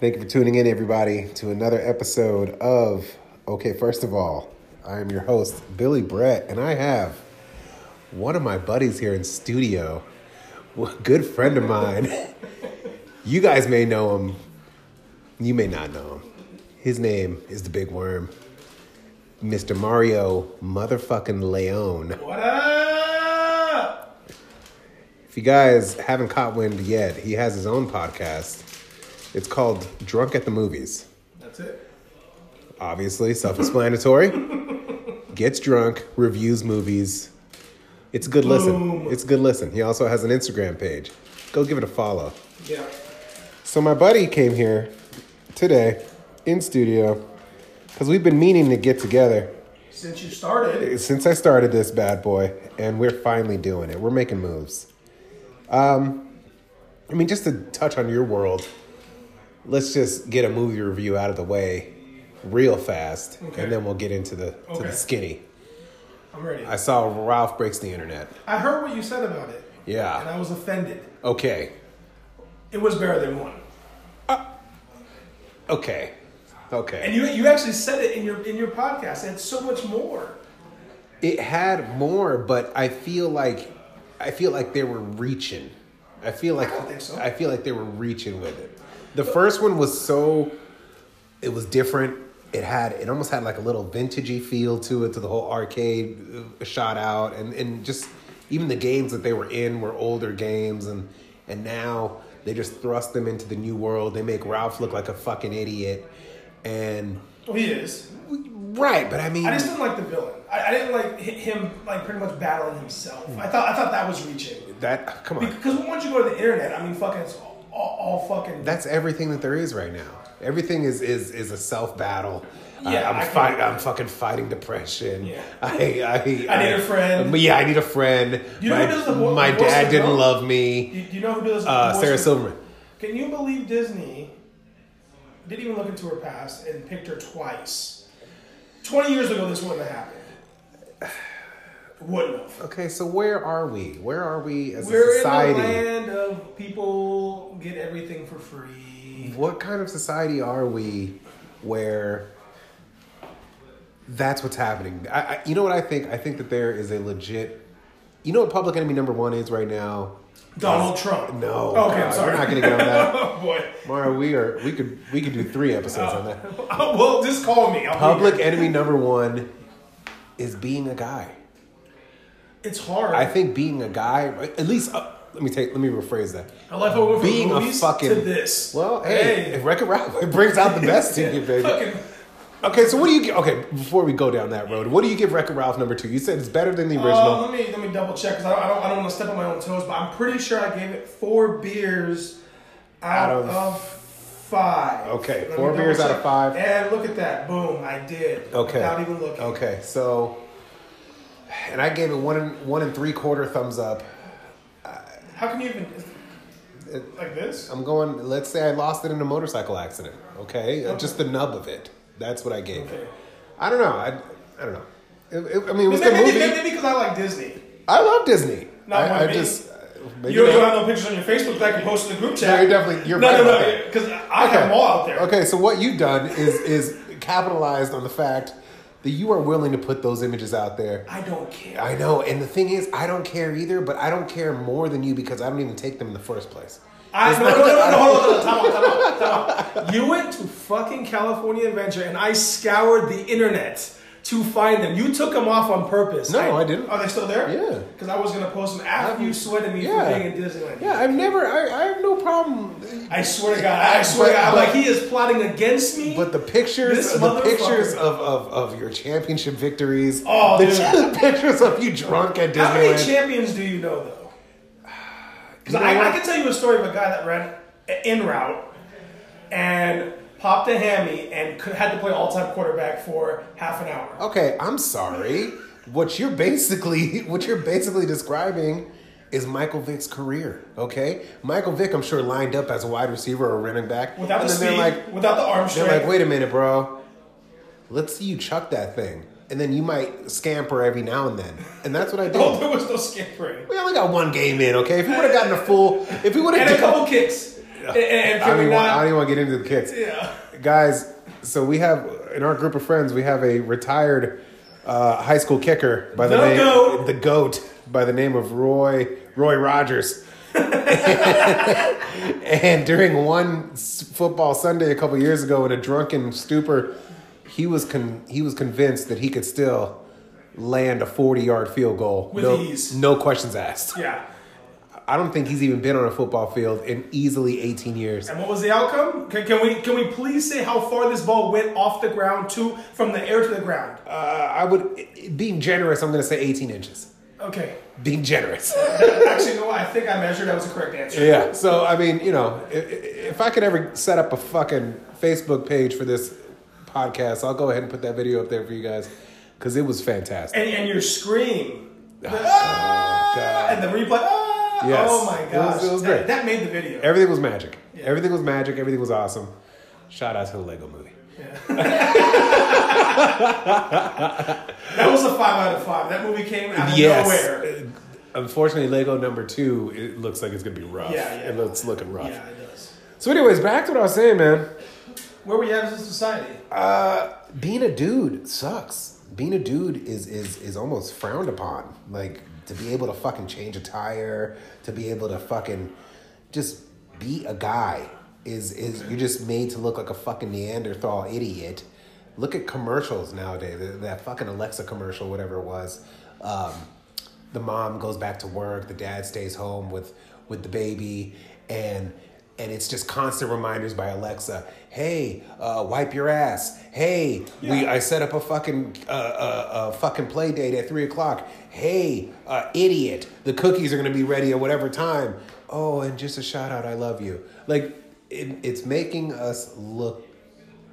Thank you for tuning in, everybody, to another episode of Okay, first of all, I am your host, Billy Brett, and I have one of my buddies here in studio, a good friend of mine. You guys may know him, you may not know him. His name is the Big Worm, Mr. Mario Motherfucking Leone. What up? If you guys haven't caught wind yet, he has his own podcast. It's called Drunk at the Movies. That's it. Obviously, self explanatory. Gets drunk, reviews movies. It's a good listen. Boom. It's a good listen. He also has an Instagram page. Go give it a follow. Yeah. So, my buddy came here today in studio because we've been meaning to get together Since you started, since I started this bad boy, and we're finally doing it. We're making moves. Um, I mean, just to touch on your world, let's just get a movie review out of the way real fast, Okay. and then we'll get into the to Okay. the skinny. I'm ready. I I, saw Ralph breaks the internet. heard what you said about it. Yeah. And I was offended. Okay, It was better than one. okay, okay. And you you actually said it in your in your podcast. And it's so much more. it had more, but I feel like I feel like they were reaching. I feel like I, don't think so. feel like they were reaching with it. The first one was so it was different. It had it almost had like a little vintagey feel to it, to the whole arcade uh, shot out, and and just even the games that they were in were older games, and and now they just thrust them into the new world. They make Ralph look like a fucking idiot, and Well, he is. right, but I mean, I just didn't like the villain. I, I didn't like hi- him like pretty much battling himself. I thought I thought that was reaching. that come on. Because once you go to the internet, I mean, fucking, it's all, all, all fucking. that's everything that there is right now. Everything is is is a self battle. Yeah, I, I am can- fight, I'm fucking fighting depression. Yeah. I, I, I need a friend. But yeah, I need a friend. You know my who does the vo- my voice dad of didn't Bill? love me. you, you know who does Uh, voice Sarah for- Silverman. Can you believe Disney didn't even look into her past and picked her twice? 20 years ago, this wouldn't have happened. Wouldn't have. Okay, so where are we? Where are we as We're a society? in the land of people get everything for free. What kind of society are we where that's what's happening? I, I, you know what I think? I think that there is a legit. You know what public enemy number one is right now? Donald Trump. No. Okay, Oh, God, I'm sorry. We're not going to get on that. oh, boy. Mara, we are we could we could do three episodes on that. Oh, well, just call me. I'll be Public here. enemy number one is being a guy. It's hard. I think being a guy, at least uh, let me take let me rephrase that. I like how we went from Being a movies fucking to this. Well, hey, if Wreck-It Ralph it brings out the best in you, baby. Fucking, Okay, so what do you gi- okay before we go down that road? What do you give Wreck-It Ralph number two? You said it's better than the Uh, original. let me let me double check because I don't, I don't, I don't want to step on my own toes, but I'm pretty sure I gave it four beers out, Out of- of, five. Okay, Let me four beers double out of check. five. And look at that, boom! I did. Okay, without even looking. Okay, so and I gave it one and one and three quarter thumbs up. How can you even like this? I'm going. Let's say I lost it in a motorcycle accident. Okay, Uh, just the nub of it. That's what I gave it. Okay. I don't know. I, I don't know. It- it- I mean, it was a Maybe, good maybe, movie. maybe because I like Disney. I love Disney. Not one I, I me. just uh, maybe You don't, you don't not. have no pictures on your Facebook that I can post in the group chat. No, you're definitely- you're no, right no, about no, that. because I have them all out there. Okay, so what you've done is is capitalized on the fact that you are willing to put those images out there. I don't care. I know, and the thing is, I don't care either. But I don't care more than you because I don't even take them in the first place. I, It's no, not no, that no, no, I no, don't- hold on, hold on, time out, time out, time out. You went to fucking California Adventure and I scoured the internet to find them. You took them off on purpose. No, I didn't. Are they still there? Yeah. Because I was going to post them after you sweated me yeah. for being in Disneyland. Yeah, I've never. I, I have no problem. I swear to God, I But- swear to God, I'm but- like, he is plotting against me. But the pictures, This the pictures motherfucker. of, of, of your championship victories, Oh, the, dude. the pictures of you drunk at How many Disneyland. champions do you know, though? Because You know I, what? I can tell you a story of a guy that ran in route and popped a hammy and could, had to play all time quarterback for half an hour. okay, I'm sorry. What you're basically what you're basically describing is Michael Vick's career. Okay, Michael Vick, I'm sure lined up as a wide receiver or running back, Without and the then speed, they're like, without the arm they're strength. like, wait a minute, bro. Let's see you chuck that thing, and then you might scamper every now and then, and that's what I oh, did. there was no skipping. We only got one game in, okay? If we would have gotten a full, if we would And a have couple kicks. And, and I don't can we even want, I not? don't even want to get into the kicks. Yeah. Guys, so we have, in our group of friends, we have a retired uh, high school kicker by the, The name, GOAT. the GOAT, by the name of Roy, Roy Rogers. and during one s- football Sunday a couple years ago, in a drunken stupor, he was con- he was convinced that he could still land a forty yard field goal With no, ease. no questions asked. Yeah. I don't think he's even been on a football field in easily eighteen years. And what was the outcome? Can, can we can we please say how far this ball went off the ground to from the air to the ground? Uh, I would being generous. I'm going to say eighteen inches. Okay. Being generous. Actually, no. I think I measured. That was the correct answer. yeah. So I mean, you know, i- i- if I could ever set up a fucking Facebook page for this podcast, I'll go ahead and put that video up there for you guys because it was fantastic. And and your scream. The, Oh, Ah, God. And the replay. Ah! Yes. Oh my It was- gosh. it was that, great. that made the video. Everything was magic. Everything was magic. Everything was awesome. Shout out to the Lego movie. That was a five out of five. That movie came out of nowhere. Uh, Unfortunately, Lego number two, it looks like it's going to be rough. Yeah, yeah. It looks looking rough. Yeah, it does. So, anyways, back to what I was saying, man. Where we at as a society? Uh, being a dude sucks. Being a dude is, is, is almost frowned upon. Like, to be able to fucking change a tire, to be able to fucking just be a guy is, is you're just made to look like a fucking Neanderthal idiot. Look at commercials nowadays. That- That fucking Alexa commercial, whatever it was. Um, the mom goes back to work the dad stays home with with the baby and and it's just constant reminders by alexa hey uh, wipe your ass hey we i set up a fucking uh, uh, a fucking play date at three o'clock hey uh, idiot the cookies are gonna be ready at whatever time oh and just a shout out i love you like it, it's making us look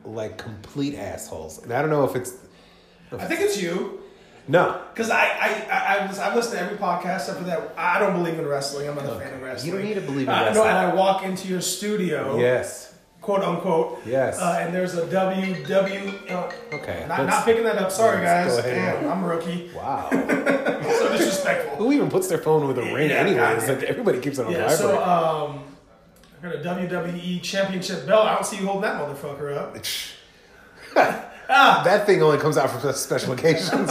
like complete assholes and i don't know if it's I think it's you. no Because I, I, I, I, was, I listen to every podcast except for that. I don't believe in wrestling. I'm not a fan of wrestling. don't need to believe in Uh, wrestling. No, and I walk into your studio, yes quote unquote. Yes. Uh, and there's a WW. Uh, Okay, Not, let's- not picking that up. Sorry, let's guys. go ahead. Damn, I'm a rookie. wow So disrespectful. Who even puts their phone with a ring Yeah, anyway? God, It's yeah. like everybody keeps it on Yeah. vibrate. So um, I got a WWE Championship belt. I don't see you holding that motherfucker up. uh, Ah. that thing only comes out for special occasions.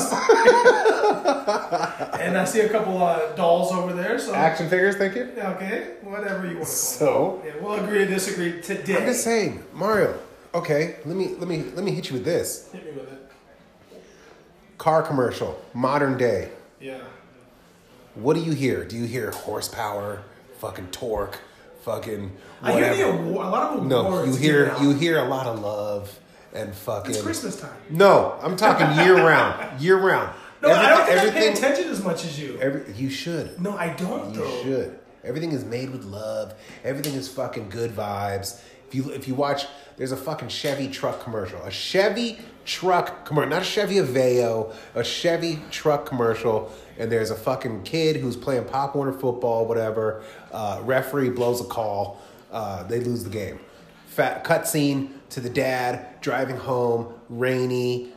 And I see a couple uh, dolls over there. So Action figures, thank you. okay, whatever you want. to So Yeah, we'll agree to disagree today. I'm just saying, Mario. Okay, let me let me let me hit you with this Hit me with it. car commercial, modern day. Yeah. What do you hear? Do you hear horsepower, fucking torque, fucking whatever? I hear the award, a lot of awards. no, you do hear now. you hear a lot of love and fucking. It's Christmas time. No, I'm talking year round, year round. No, I don't think I pay everything, attention as much as you. every, you should. No, I don't You though. should. Everything is made with love. Everything is fucking good vibes. If you if you watch, there's a fucking Chevy truck commercial. A Chevy truck commercial, not a Chevy Aveo, a Chevy truck commercial. And there's a fucking kid who's playing Pop Warner football, whatever. Uh, referee blows a call. Uh, they lose the game. Fat cutscene to the dad driving home, rainy,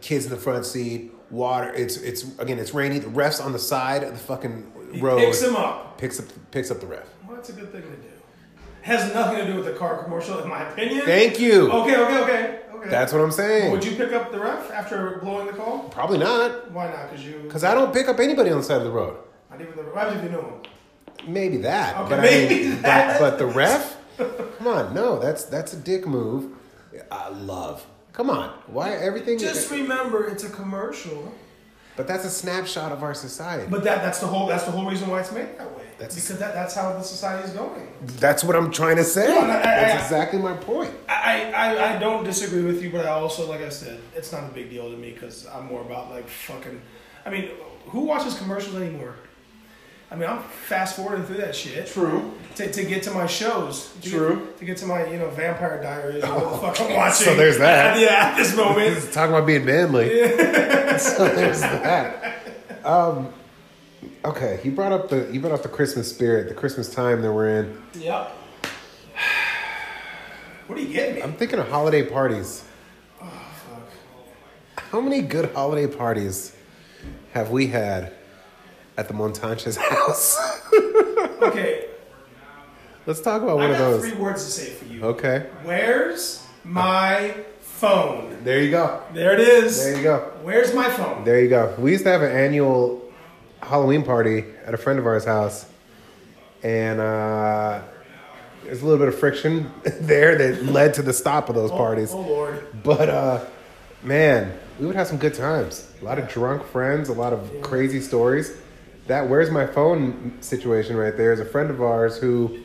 kids in the front seat, water. It's it's again, it's rainy. The refs on the side of the fucking He road picks him up. picks up picks up the ref. Well, that's a good thing to do. Has nothing to do with the car commercial, in my opinion. Thank you. Okay, okay, okay, okay. That's what I'm saying. Oh. Would you pick up the ref after blowing the call? Probably not, Why not? Cause you. because I don't pick up anybody on the side of the road. Not even the. Why would you know him? Maybe that, Okay, but maybe I mean, that. But, but the ref, come on, no, that's that's a dick move. I love. Come on, why everything? Just remember, it's a commercial. but that's a snapshot of our society. But that, that's the whole that's the whole reason why it's made that way. That's- because that, that's how the society is going. That's what I'm trying to say. No, no, I- that's I- exactly my point. I, I, I don't disagree with you, but I also, like I said, it's not a big deal to me because I'm more about like fucking. I mean, who watches commercials anymore? I mean, I'm fast forwarding through that shit. True. To, to get to my shows. To True. Get, to get to my, you know, Vampire Diaries or what the fuck I'm watching. So there's that. Yeah, at this moment. Talking about being manly. so there's that. Um, okay, you brought up the you brought up the Christmas spirit, the Christmas time that we're in. yep. What are you getting me? I'm thinking of holiday parties. How many good holiday parties have we had at the Montanches house? okay. Let's talk about I one of got those. three words to say for you. Okay. Where's my phone? There you go. There it is. There you go. Where's my phone? There you go. We used to have an annual Halloween party at a friend of ours' house, and uh, there's a little bit of friction there that led to the stop of those parties. Oh, oh Lord. But uh, man, we would have some good times. A lot of drunk friends, a lot of crazy stories. That where's my phone situation right there is a friend of ours who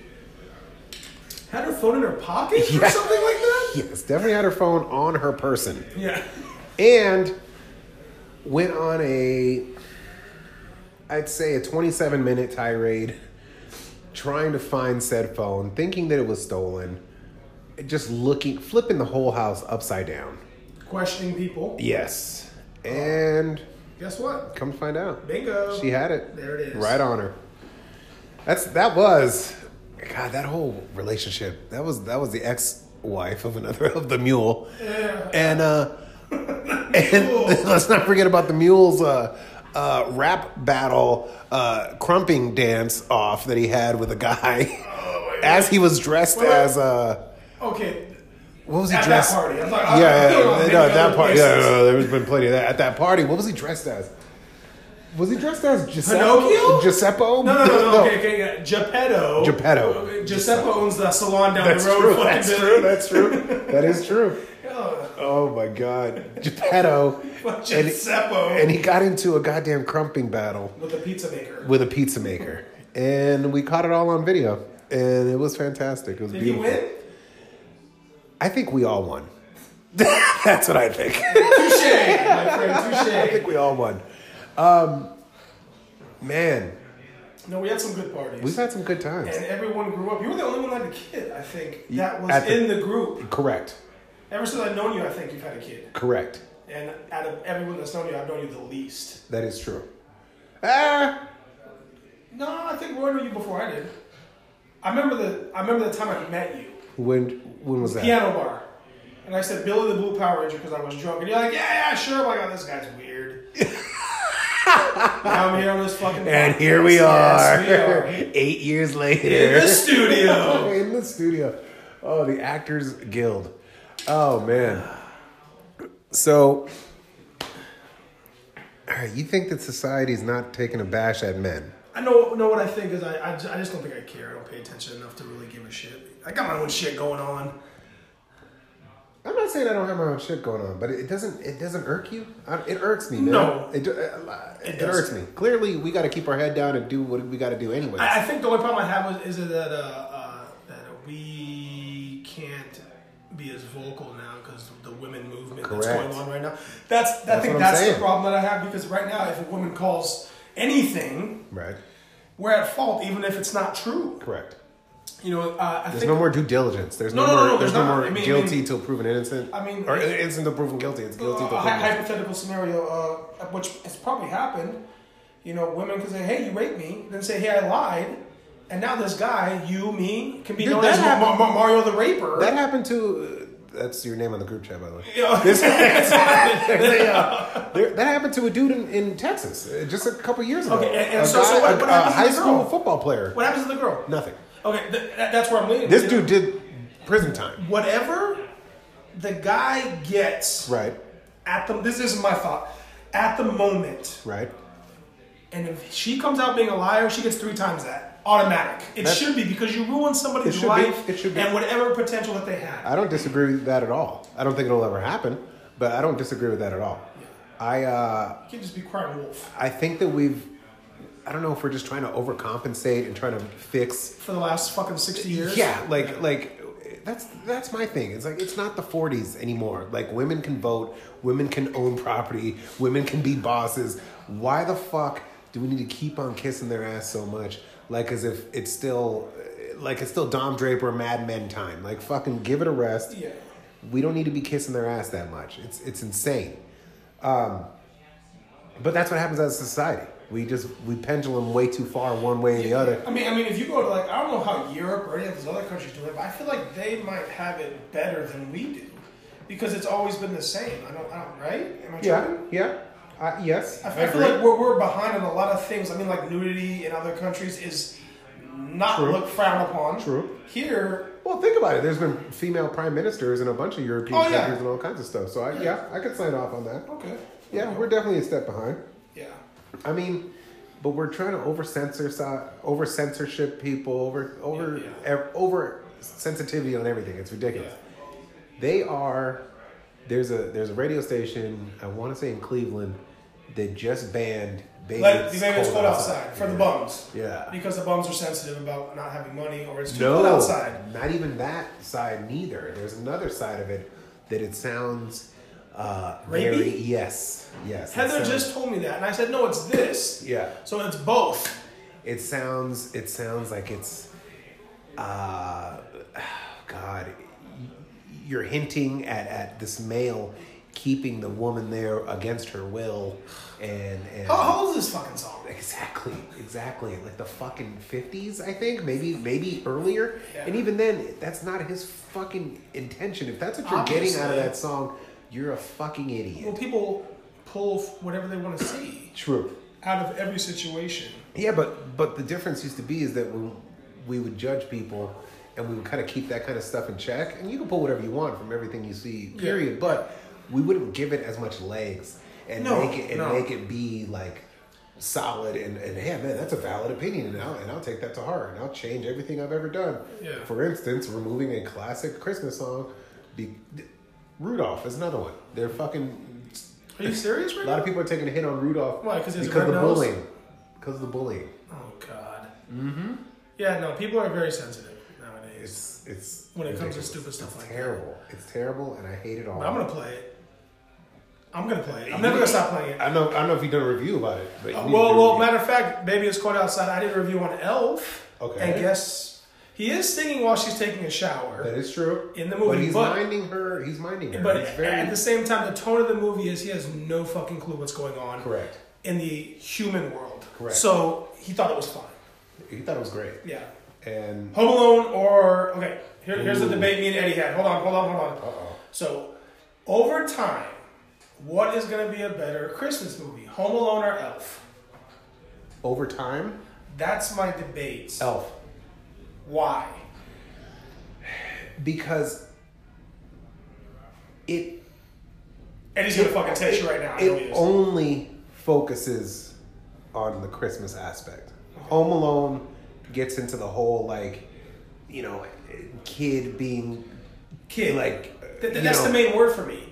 Had her phone in her pocket Yeah. or something like that? yes definitely had her phone on her person. Yeah. and went on a i'd say a 27 minute tirade trying to find said phone thinking that it was stolen just looking flipping the whole house upside down Questioning people. yes and Guess what? come to find out Bingo. she had it There it is. right on her that's that was god that whole relationship that was that was the ex-wife of another of the mule Yeah. and uh, and let's not forget about the mule's uh, uh, rap battle uh, crumping dance off that he had with a guy as he was dressed Well, as uh, Oh, Okay. what was he At that dressed? party. I'm Yeah, like, uh, yeah, I'm no, like, at that party. Yeah, no, places. no, there's been plenty of that at that party. What was he dressed as? Was he dressed as Giuseppe? Pinocchio? Giuseppe? No, no, no, no. Okay, okay, yeah. Geppetto. Geppetto. Giuseppe owns the salon down That's the road. true. fucking That's Billy. true. That's true. That is true. Oh, Oh my God, Geppetto, fuck And- Giuseppe. and he got into a goddamn crumping battle. with a pizza maker. with a pizza maker, and we caught it all on video, and it was fantastic. It was Did he beautiful. win? I think we all won. That's what I think. Touche, my friend. I Touche. think we all won. Um, man, No, we had some good parties. we've had some good times. and everyone grew up. You were the only one that had a kid, I think. That was At the- in the group. Correct. Ever since I've known you, I think you've had a kid. Correct. And out of everyone that's known you, I've known you the least. That is true. Ah, No, I think Roy knew you before I did. I remember the I remember the time I met you. when when was that? Piano bar. And I said Billy the Blue Power Ranger because I was drunk. And you're like, yeah, yeah, sure. I'm like, oh, this guy's weird. now I'm here on this fucking. And here we are, Yes, we are. eight years later. In the studio. in the studio. Oh, the Actors Guild. Oh man. So, all right, you think that society's not taking a bash at men? I know know what I think is I, I, ju- I just don't think I care. I don't pay attention enough to really give a shit. I got my own shit going on. I'm not saying I don't have my own shit going on, but it doesn't it doesn't irk you. I, it irks me. Man. No. it, do- uh, it, It irks doesn't. me. Clearly, we got to keep our head down and do what we got to do anyway. I, I think the only problem I have is, is that uh, uh, that we can't be as vocal now because the women movement that's Correct. going on right now. That's, I what think I'm that's saying. the problem that I have because right now if a woman calls anything, right. we're at fault even if it's not true. Correct. You know, uh, I There's think no more due diligence. There's no, No, no, more. no, no, there's there's no not. more I mean- guilty till proven innocent. I mean- or innocent till proven guilty. It's guilty till a proven uh, hy- innocent. hypothetical scenario, uh, which has probably happened. You know, women can say, "Hey, you raped me," then say, "Hey, I lied," and now this guy, you, me, can be Dude, known that as Ma- happened- Ma- Mario the Raper. That happened to. Uh, that's your name on the group chat, by the way. You know? They, uh, there- that happened to a dude in, in Texas uh, just a couple years ago. Okay, and- and a so- so what- a- what a happened to high the school girl? football player. what happens to the girl? Nothing. Okay, th- that, that's where I'm leading. This dude You know, did prison time. whatever the guy gets Right. at the this is my thought at the moment, Right. and if she comes out being a liar, she gets three times that automatic. It That's- should be because you ruin It somebody's should be. life It should be. and whatever potential that they had. I don't disagree with that at all. I don't think it'll ever happen, but I don't disagree with that at all. I uh, You can't just be crying wolf I think that we've. I don't know if we're just trying to overcompensate and trying to fix for the last fucking 60 years. Yeah, like like that's that's my thing. It's like it's not the 40s anymore. Like women can vote, women can own property, women can be bosses. Why the fuck do we need to keep on kissing their ass so much? Like as if it's still like it's still Dom Draper Mad Men time. Like fucking give it a rest. Yeah. We don't need to be kissing their ass that much. It's it's insane. Um, but that's what happens as a society. We just we pendulum way too far one way or the other. I mean, I mean, if you go to like, I don't know how Europe or any of those other countries do it, but I feel like they might have it better than we do because it's always been the same. I don't, I don't right? Am I Yeah, tripping? yeah. Uh, yes. I, I feel agree. like we're, we're behind on a lot of things. I mean, like nudity in other countries is not True. look frowned upon. True. Here, Well, think about it. There's been female prime ministers in a bunch of European Oh, yeah. countries and all kinds of stuff. So I, yeah, I could sign off on that. okay. Yeah, we're definitely a step behind. Yeah. I mean, but we're trying to over censor, over censorship people, over over Yeah, ev- over sensitivity on everything. It's ridiculous. Yeah. They are. There's a there's a radio station I want to say in Cleveland that just banned baby. Let the baby it's cold outside for the Yeah. bums. Yeah. Because the bums are sensitive about not having money or it's too No, cold outside. not even that side neither. There's another side of it that it sounds uh, very Rapey? yes, yes. it Heather sounds- just told me that, and I said, no, it's this. yeah. So it's both. It sounds it sounds like it's uh, God. You're hinting at at this male keeping the woman there against her will, and and How, how old is this fucking song? Exactly, exactly. Like the fucking fifties, I think. Maybe, maybe earlier. Yeah. And even then, that's not his fucking intention. If that's what you're getting out of Obviously. that song, you're a fucking idiot. Well, people pull f- whatever they want to see True. out of every situation. Yeah, but but the difference used to be is that we we would judge people, and we would kind of keep that kind of stuff in check. And you can pull whatever you want from everything you see. Period. But we wouldn't give it as much legs and No, make it and no. make it be like solid and and yeah, man, that's a valid opinion, and I'll and I'll take that to heart, and I'll change everything I've ever done. Yeah. For instance, removing a classic Christmas song, be, Rudolph is another one. They're fucking. Are you serious right A lot now? of people are taking a hit on Rudolph Why, 'cause he has a because of the red nose? bullying. Because of the bullying. Oh, God. Mm-hmm. Yeah, no, people are very sensitive nowadays. It's it's When it comes to ridiculous. stupid stuff It's like that. terrible. It's terrible, and I hate it all. But I'm going to play it. I'm going to play it. I'm never going to stop playing it. I know I don't know if you've done a review about it, but you need to do well, a well, review. matter of fact, Baby It's Cold Outside, I did a review on Elf. Okay. And guess, he is singing while she's taking a shower. that is true in the But movie, he's but- minding her. He's minding her. But it's very at the same time, the tone of the movie is he has no fucking clue what's going on correct. in the human world. Correct. So he thought it was fine. He thought it was great, Yeah. and Home Alone or okay, here, here's the Ooh. Oh. debate me and Eddie had. Hold on, hold on, hold on. Uh-oh. So, over time, what is going to be a better Christmas movie, Home Alone or Elf? over time, That's my debate. Elf, Why? because it Eddie's gonna fucking text you right now. I know he It is. only focuses on the Christmas aspect. Home Alone gets into the whole like, you know, kid being kid, like, Th- you th- that's know- the main word for me.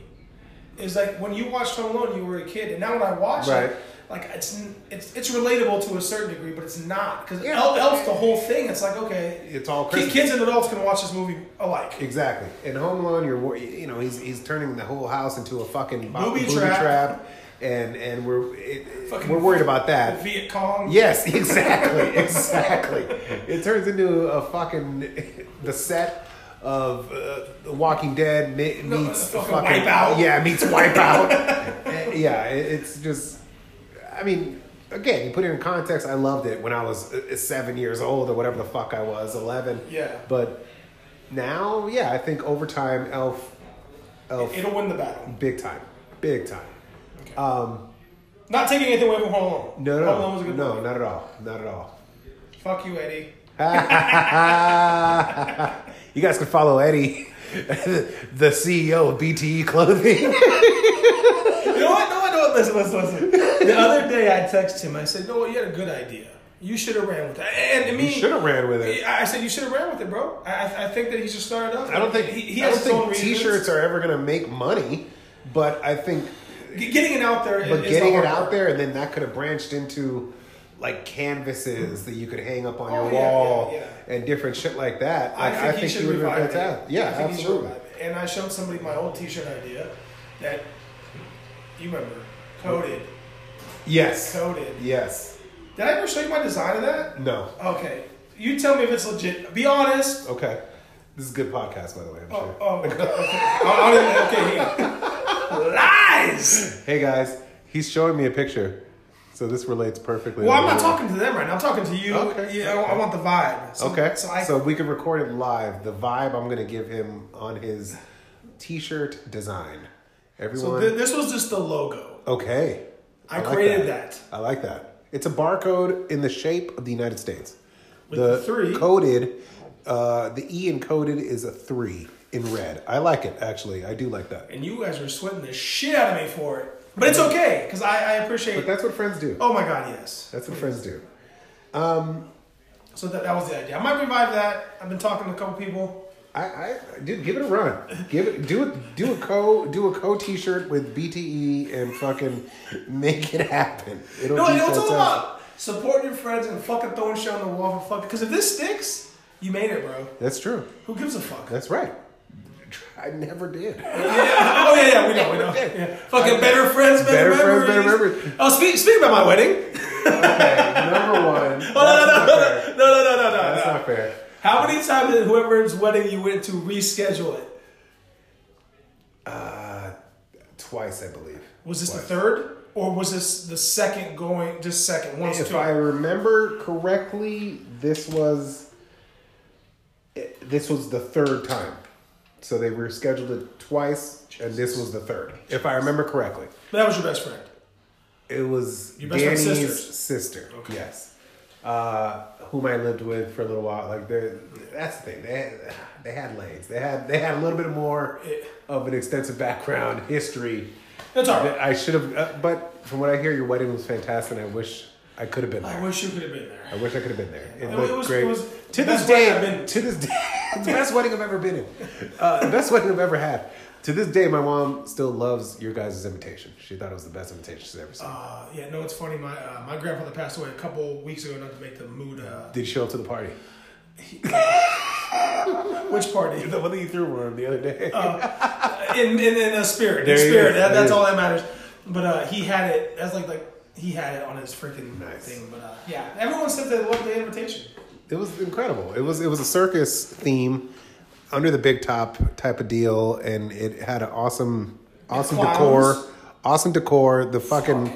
Is like when you watched Home Alone, you were a kid, and now when I watch Right. it, like it's n- it's it's relatable to a certain degree, but it's not because Yeah. Elf, Elf's the whole thing. It's like okay, It's all ki- Christmas. kids and adults can watch this movie alike. Exactly. In Home Alone, you're wor- you know he's he's turning the whole house into a fucking bo- Booby trap. and and we're it, Fucking- we're worried about that. Viet Cong. Yes, exactly, exactly. It turns into a fucking the set of uh, The Walking Dead me- No, meets fucking Wipeout. Yeah, meets Wipeout. Uh, yeah, it, it's just. I mean, again, you put it in context. I loved it when I was uh, seven years old or whatever the fuck I was, eleven. Yeah. But now, yeah, I think over time, Elf, Elf, It'll win the battle. big time, big time. Okay. Um, Not taking anything away from Home Alone. no, Home Alone was a no, good no, movie. not at all, not at all. Fuck you, Eddie. you guys can follow Eddie, the CEO of BTE Clothing. You know what? No, what? No, what? Listen, listen, listen. The other day, I texted him. I said, "No, you had a good idea. You should have ran with that." And I mean, He should have ran with it. I I said you should have ran with it, bro. I, I- I think that he should start it up. I don't think he, he I has don't his own think reasons. T-shirts are ever going to make money, but I think G- Getting it out there, but getting it out there and then that could have branched into like canvases that you could hang up on Oh, your yeah, yeah, wall yeah. and different shit like that. I think, Like, he should you would've been revive fantastic. it. Yeah, I think he should absolutely. revive it. And I showed somebody my old T-shirt idea that you remember coded, Yes. coded. Yes. Did I ever show you my design of that? No. Okay, you tell me if it's legit. Be honest. Okay. This is a good podcast, by the way. I'm Oh, sure. oh okay. okay. I, I don't even- okay, here. Lies! Hey guys, he's showing me a picture, so this relates perfectly. Well, I'm not talking to them right now. I'm talking to you. Okay. Yeah, I, I want the vibe. So, Okay, So I. so we can record it live. The vibe I'm going to give him on his T-shirt design. so Everyone, th- this was just the logo. okay. I like created that. I like that. It's a barcode in the shape of the United States. With the, three. coded, uh, the E in coded is a three in red. I like it actually. I do like that. and you guys were sweating the shit out of me for it. But it's okay, because I, I appreciate But that's what friends do. Oh my god, yes. That's what friends do. So that, that was the idea. I might revive that. I've been talking to a couple people. I, I dude, give it a run. Give it, do it, do a co, do a co T-shirt with BTE and fucking make it happen. It'll No, be you know what it's all fantastic. about. Supporting your friends and fucking throwing shit on the wall for fucking. Because if this sticks, you made it, bro. That's true. Who gives a fuck? That's right. I never did. oh yeah, yeah, we know, we know. Okay. Yeah. Fucking better friends, better, Better friends, memories. better memories. Oh, speak, speak about my wedding. Okay, number one. That's Oh, no, no, not no, fair. no, no, no, no, no, no. That's not fair. How many times did whoever's wedding you went to reschedule it? Twice, I believe. Was this the Twice. third, or was this the second going? Just second, once If two. I remember correctly, this was it- this was the third time. So they rescheduled it twice, and this was the third. If I remember correctly, But that was your best friend. it was Your best friend's Danny's sisters. sister. Yes, uh, whom I lived with for a little while. Like they're- that's the thing. They had, they had legs. They had they had a little bit more of an extensive background history. That's all right. that I should have. Uh, but from what I hear, your wedding was fantastic. and I wish I could have been there. I wish you could have been there. I wish I could have been there. It It looked was- great. it was to the this best wedding day, I've been- to this day, it's the best wedding I've ever been in. Uh, the best wedding I've ever had. To this day, my mom still loves your guys' invitation. She thought it was the best invitation she's ever seen. Uh, yeah, no, it's funny. My uh, my grandfather passed away a couple weeks ago. Not to make the mood. Uh, Did you show up to the party? which party? The one that you threw for him the other day. Um, in in, in a spirit, in There he spirit. is. That, There that's he is. all that matters. But uh, he had it. That's like like he had it on his freaking Nice. thing. But uh, yeah, everyone sent the love the invitation. It was incredible. It was it was a circus theme under the big top type of deal, and it had an awesome awesome decor, clowns. awesome decor. The fucking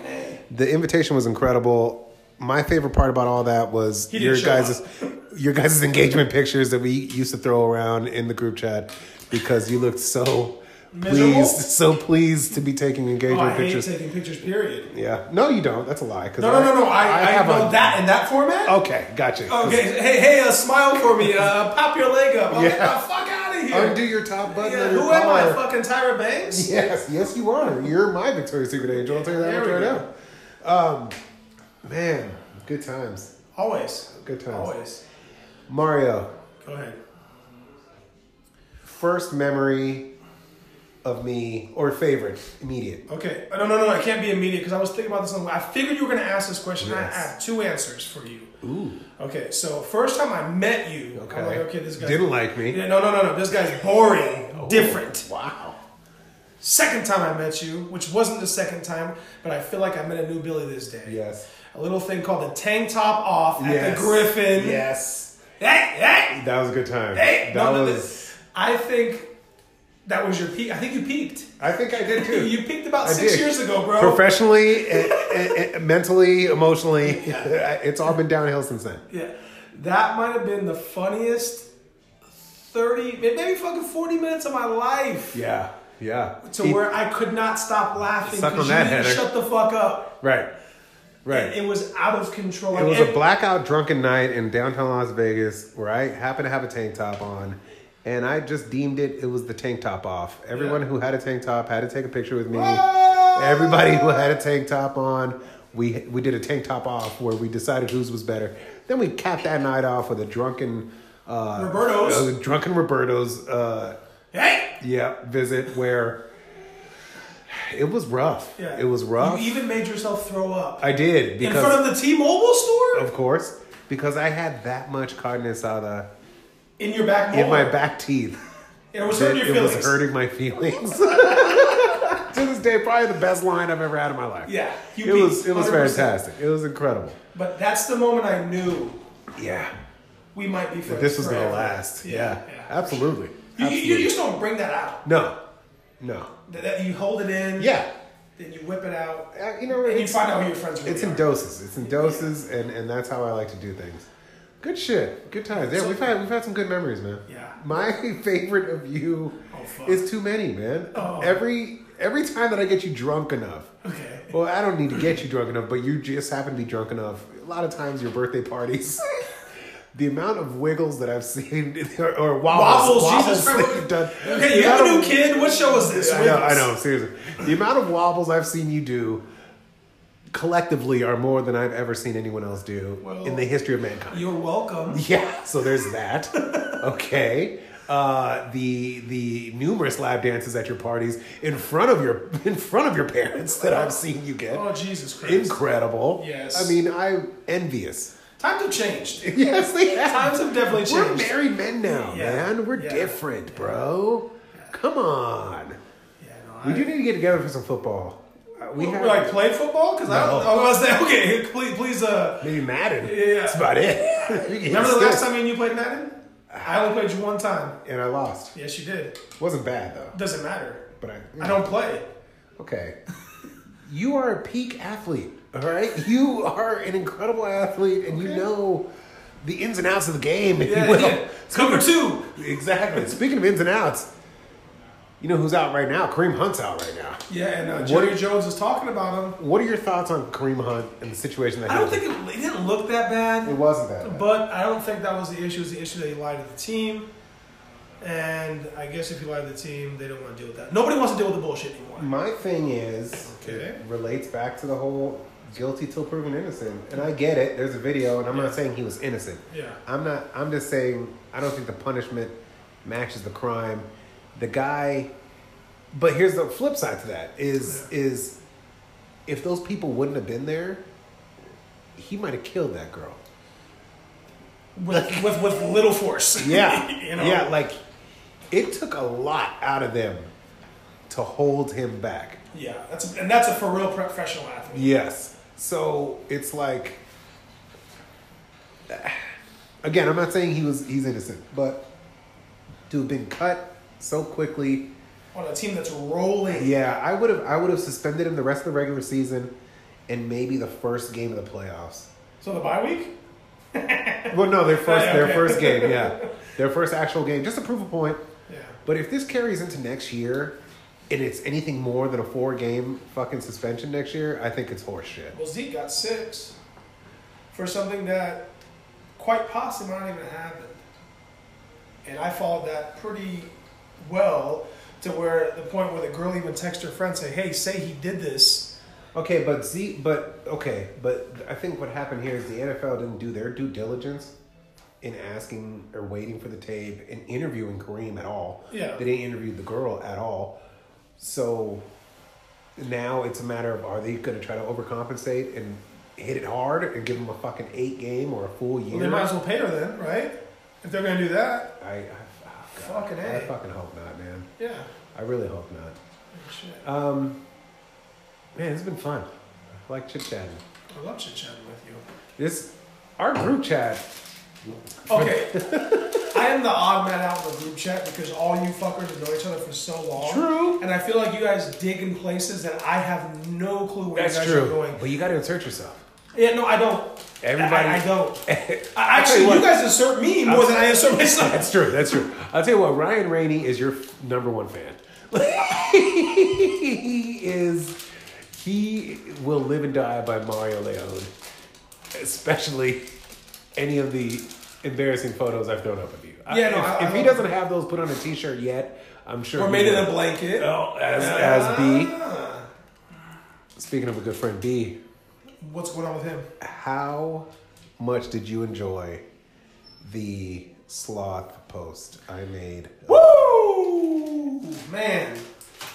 the invitation was incredible. My favorite part about all that was didn't your show guys' your guys' engagement pictures that we used to throw around in the group chat because you looked so Miserable? pleased, so pleased to be taking Oh, I engagement hate pictures. taking pictures. Period. Yeah, no, you don't. That's a lie. 'cause No, no, no, no. I, I, have know a- Oh. that in that format. Okay, gotcha. Okay. Hey, hey, uh, smile for me. Uh, pop your leg up. I'll get Yeah. the fuck out of here. Undo your top button. yeah, on your who am I? collar. Fucking Tyra Banks. Yes, yes, you are. You're my Victoria's Secret angel. I'll tell you that There much we right go. now. Um, Man, good times. Always. Good times. Always. Mario, Go ahead. first memory of me or favorite, immediate. Okay. Uh, No, no, no. It can't be immediate because I was thinking about this. on the way. I figured you were going to ask this question. and I Yes. have two answers for you. Ooh, Okay. So first time I met you, okay. I'm like, okay, this guy didn't Oh. like me. Yeah, no, no, no, no. This guy's boring, different. Wow. Second time I met you, which wasn't the second time, but I feel like I met a new Billy this day. Yes. A little thing called the tank top off at yes. the Griffin. Yes. Hey, hey, That was a good time. hey. that No, no, was. I think that was your peak. I think you peaked. I think I did too. You peaked about I six did. years ago, Oh. bro. Professionally, eh, eh, eh, mentally, emotionally, it's all been downhill since then. Yeah, that might have been the funniest thirty, maybe fucking forty minutes of my life. Yeah. Yeah. To where I could not stop laughing Suck on because you that, didn't Heather. shut the fuck up. Right. Right. It was out of control. It was And- a blackout drunken night in downtown Las Vegas where I happened to have a tank top on. And I just deemed it, it was the tank top off. Everyone Yeah. who had a tank top had to take a picture with me. Whoa! Everybody who had a tank top on, we, we did a tank top off where we decided whose was better. Then we capped that night off with a drunken uh, Roberto's. uh, drunken Roberto's uh, Hey. yeah, visit where it was rough. It was rough. You even made yourself throw up I did. in Because front of the T-Mobile store of course, because I had that much carne asada in your back. in my mall. back teeth. It was that hurting Oh. your it feelings. was hurting my feelings. to this day, probably the best line I've ever had in my life. Yeah, it you beat was. It was 100%. fantastic. It was incredible. But that's the moment I knew Yeah, we might be friends. this was forever. gonna last. Yeah, yeah. absolutely. You, you, you Absolutely. just don't bring that out. no, no. That, that you hold it in. Yeah, Then you whip it out. Uh, you know, And you it's, find out who your friends really it's in are. doses. It's in doses, and and that's how I like to do things. Good shit. Good times. Yeah, So- we've had we've had some good memories, man. Yeah. My favorite of you Oh, fuck. is too many, man. Oh. Every every time that I get you drunk enough. Okay. Well, I don't need to get you drunk enough, but you just happen to be drunk enough. A lot of times, your birthday parties, The amount of wiggles that I've seen, or, or Wobbles, wobbles, Jesus wobbles Christ. done. Okay, you The have a amount new of- kid. What show is this? I know, I know, seriously. The amount of wobbles I've seen you do collectively are more than I've ever seen anyone else do Well- in the history of mankind. You're welcome. Yeah, so there's that. okay. Uh, the the numerous lab dances at your parties in front of your in front of your parents that I've seen you get. Oh Jesus Christ! Incredible. Yes. I mean, I'm envious. Times have changed. Yes, they have. Times have definitely We're changed. married men now, Yeah. man. We're Yeah. different, bro. Come on. Yeah, We no, do need to get together for some football. Uh, I, We have like play football because I, don't- No. I was gonna say okay, please, please. Uh, maybe Madden. Yeah. That's about it. remember the last time you and you played Madden? I only played you one time. And I lost. Yes, you did. Wasn't bad though. Doesn't matter. But I, I don't play. Okay. you are a peak athlete, all right? You are an incredible athlete, and you Okay. know know the ins and outs of the game, if Yeah, you will. yeah. Number two. Exactly. Speaking of ins and outs, you know who's out right now? Kareem Hunt's out right now. Yeah, and uh, What- Jerry Jones is talking about him. What are your thoughts on Kareem Hunt and the situation that I he don't was think in? it, it didn't look that bad. it wasn't that. bad. But I don't think that was the issue. It was the issue that he lied to the team. And I guess if you lie to the team, they don't want to deal with that. Nobody wants to deal with the bullshit anymore. My thing is, Okay. it relates back to the whole guilty till proven innocent. And I get it. There's a video, and I'm Yeah. not saying he was innocent. Yeah. I'm not. I'm just saying. I don't think the punishment matches the crime. The guy. But here's the flip side to that: is is if those people wouldn't have been there, he might have killed that girl. With, with, with little force. Yeah, you know? yeah. Like it took a lot out of them to hold him back. Yeah. That's a, and that's a for real professional athlete. Yes. So it's like again, I'm not saying he was he's innocent, but to have been cut so quickly. On a team that's rolling. Yeah, I would have I would have suspended him the rest of the regular season and maybe the first game of the playoffs. So the bye week? Well, no, their first their Okay. first game, yeah. Their first actual game, just to prove a point. Yeah. But if this carries into next year and it's anything more than a four game fucking suspension next year, I think it's horseshit. Well, Zeke got six for something that quite possibly might not even happen. And I followed that pretty well to where the point where the girl even texted her friend say, hey, say he did this. Okay, but Z, but okay, but I think what happened here is the NFL didn't do their due diligence in asking or waiting for the tape and interviewing Kareem at all. Yeah. they didn't interview the girl at all. So now it's a matter of are they going to try to overcompensate and hit it hard and give him a fucking eight game or a full year? Well, they might as well pay her then, right? If they're going to do that. I, I, oh, God. Fucking I A. fucking hope not, man. Yeah. Oh, I really hope not. Shit. Um, man, it's been fun. I like chit chatting. I love chit chatting with you. This our group chat. Okay. I am the odd man out in the group chat because all you fuckers have known each other for so long. True. And I feel like you guys dig in places that I have no clue where you guys are going. But you got to insert yourself. Yeah, no, I don't. Everybody- I, I don't. I, tell actually, you you, what. guys insert me more than I insert myself. That's true. That's true. I'll tell you what. Ryan Rainey is your f- number one fan. he is. He will live and die by Mario Leone, especially any of the embarrassing photos I've thrown up of you. I- Yeah, no, if, I- I if he love- doesn't have those put on a T-shirt yet, I'm sure. Or he made in will. a blanket. Oh, as as B. Ah. Speaking of a good friend, B. What's going on with him? How much did you enjoy the sloth post I made? Woo! Man,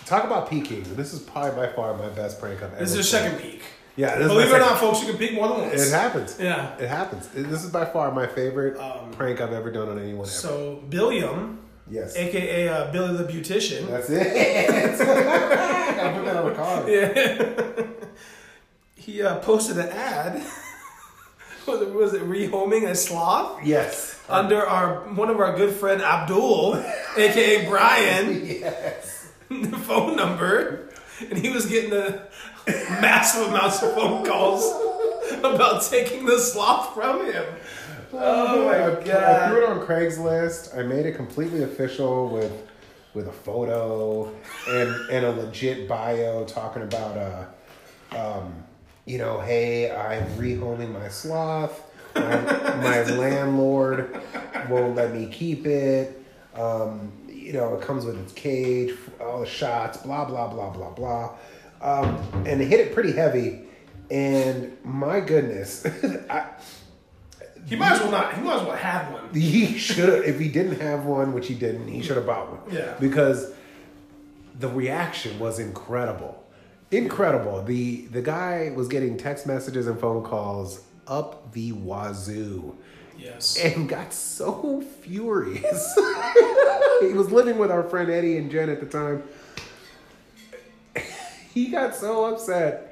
Talk about peaking. This is probably by far my best prank I've ever. this is a seen. second peak. Yeah, this is Believe my it or second- not, folks, you can peak more than once. It happens. Yeah. It happens. It- This is by far my favorite Um, prank I've ever done on anyone. Ever. So, Billiam, Yes. aka uh, Billy the Beautician, That's it. I gotta put that on the card. he uh, posted an ad. was, it, was it rehoming a sloth? Yes. under our one of our good friend Abdul, aka Brian, Yes. the phone number, and he was getting a massive amounts of phone calls about taking the sloth from him. Oh my I, I God. threw it on Craigslist. I made it completely official with with a photo and and a legit bio talking about uh um you know hey I'm rehoming my sloth. My, my landlord won't let me keep it. Um, you know, it comes with its cage, all the shots, blah, blah, blah, blah, blah. Um, and they hit it pretty heavy. And my goodness, I, He might as well not. He might as well have one. he should have, if he didn't have one, which he didn't, he should have bought one. Yeah. Because the reaction was incredible. Incredible. The the guy was getting text messages and phone calls up the wazoo Yes. and got so furious. he was living with our friend Eddie and Jen at the time. He got so upset.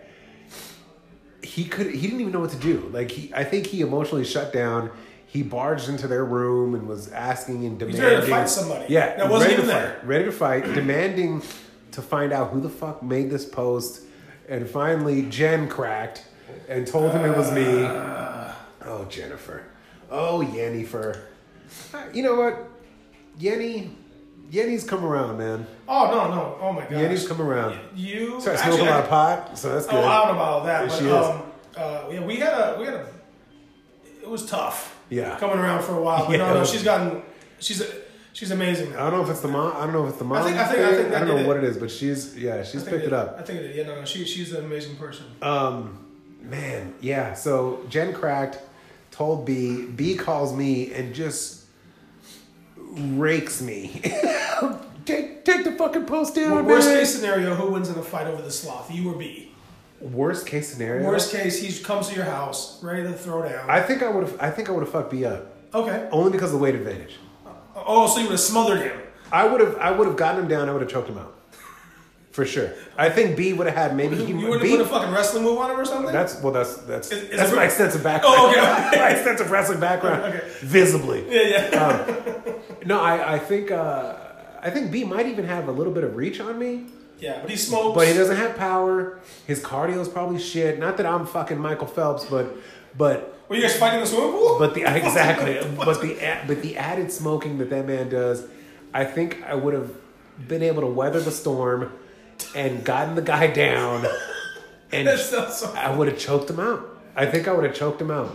He could he didn't even know what to do. Like he I think he emotionally shut down. He barged into their room and was asking and demanding. ready to fight somebody Yeah, that wasn't ready even to there. fight, ready to fight, demanding to find out who the fuck made this post. And finally, Jen cracked and told him it was me. Uh. Oh, Jennifer. Oh, Yennifer. Uh, You know what? Yenny, Yenny's come around, man. Oh no no! Oh my Yenny's gosh. come around. You Started actually, smoking a lot of I- pot, so that's good. Oh, I don't know about all that, Yes, but she is. um, uh, yeah, we had a we had a. It was tough. Yeah. Coming around for a while, but Yeah. no, no, she's gotten she's she's amazing I now. don't know if it's the mom. I don't know if it's the mom. think- I think- I thing. think that don't know did what it is, but she's yeah, she's I think picked it up. I think it is. Yeah, no, no, she she's an amazing person. Um, man, yeah. So Jen cracked, told B. B calls me and just rakes me. take take the fucking post down. Worst man. case scenario, who wins in a fight over the sloth? You or B? Worst case scenario. Worst case, he comes to your house ready to throw down. I think I would have. I think I would have fucked B up okay. only because of the weight advantage. Oh, so you would have smothered him. I would have. I would have gotten him down. I would have choked him out, for sure. I think B would have had maybe he You would have B. put a fucking wrestling move on him or something. That's well. That's that's Is- is that's it- my extensive background. Oh, okay. my extensive wrestling background. Okay. Visibly. yeah, yeah. Uh, No, I, I think uh, I think B might even have a little bit of reach on me, yeah, but he smokes. but he doesn't have power. His cardio is probably shit. Not that I'm fucking Michael Phelps, but but Were you guys fighting in the swimming pool? but the exactly but the a- but the added smoking that that man does, I think I would have been able to weather the storm and gotten the guy down, and That's not so- I would have choked him out. I think I would have choked him out.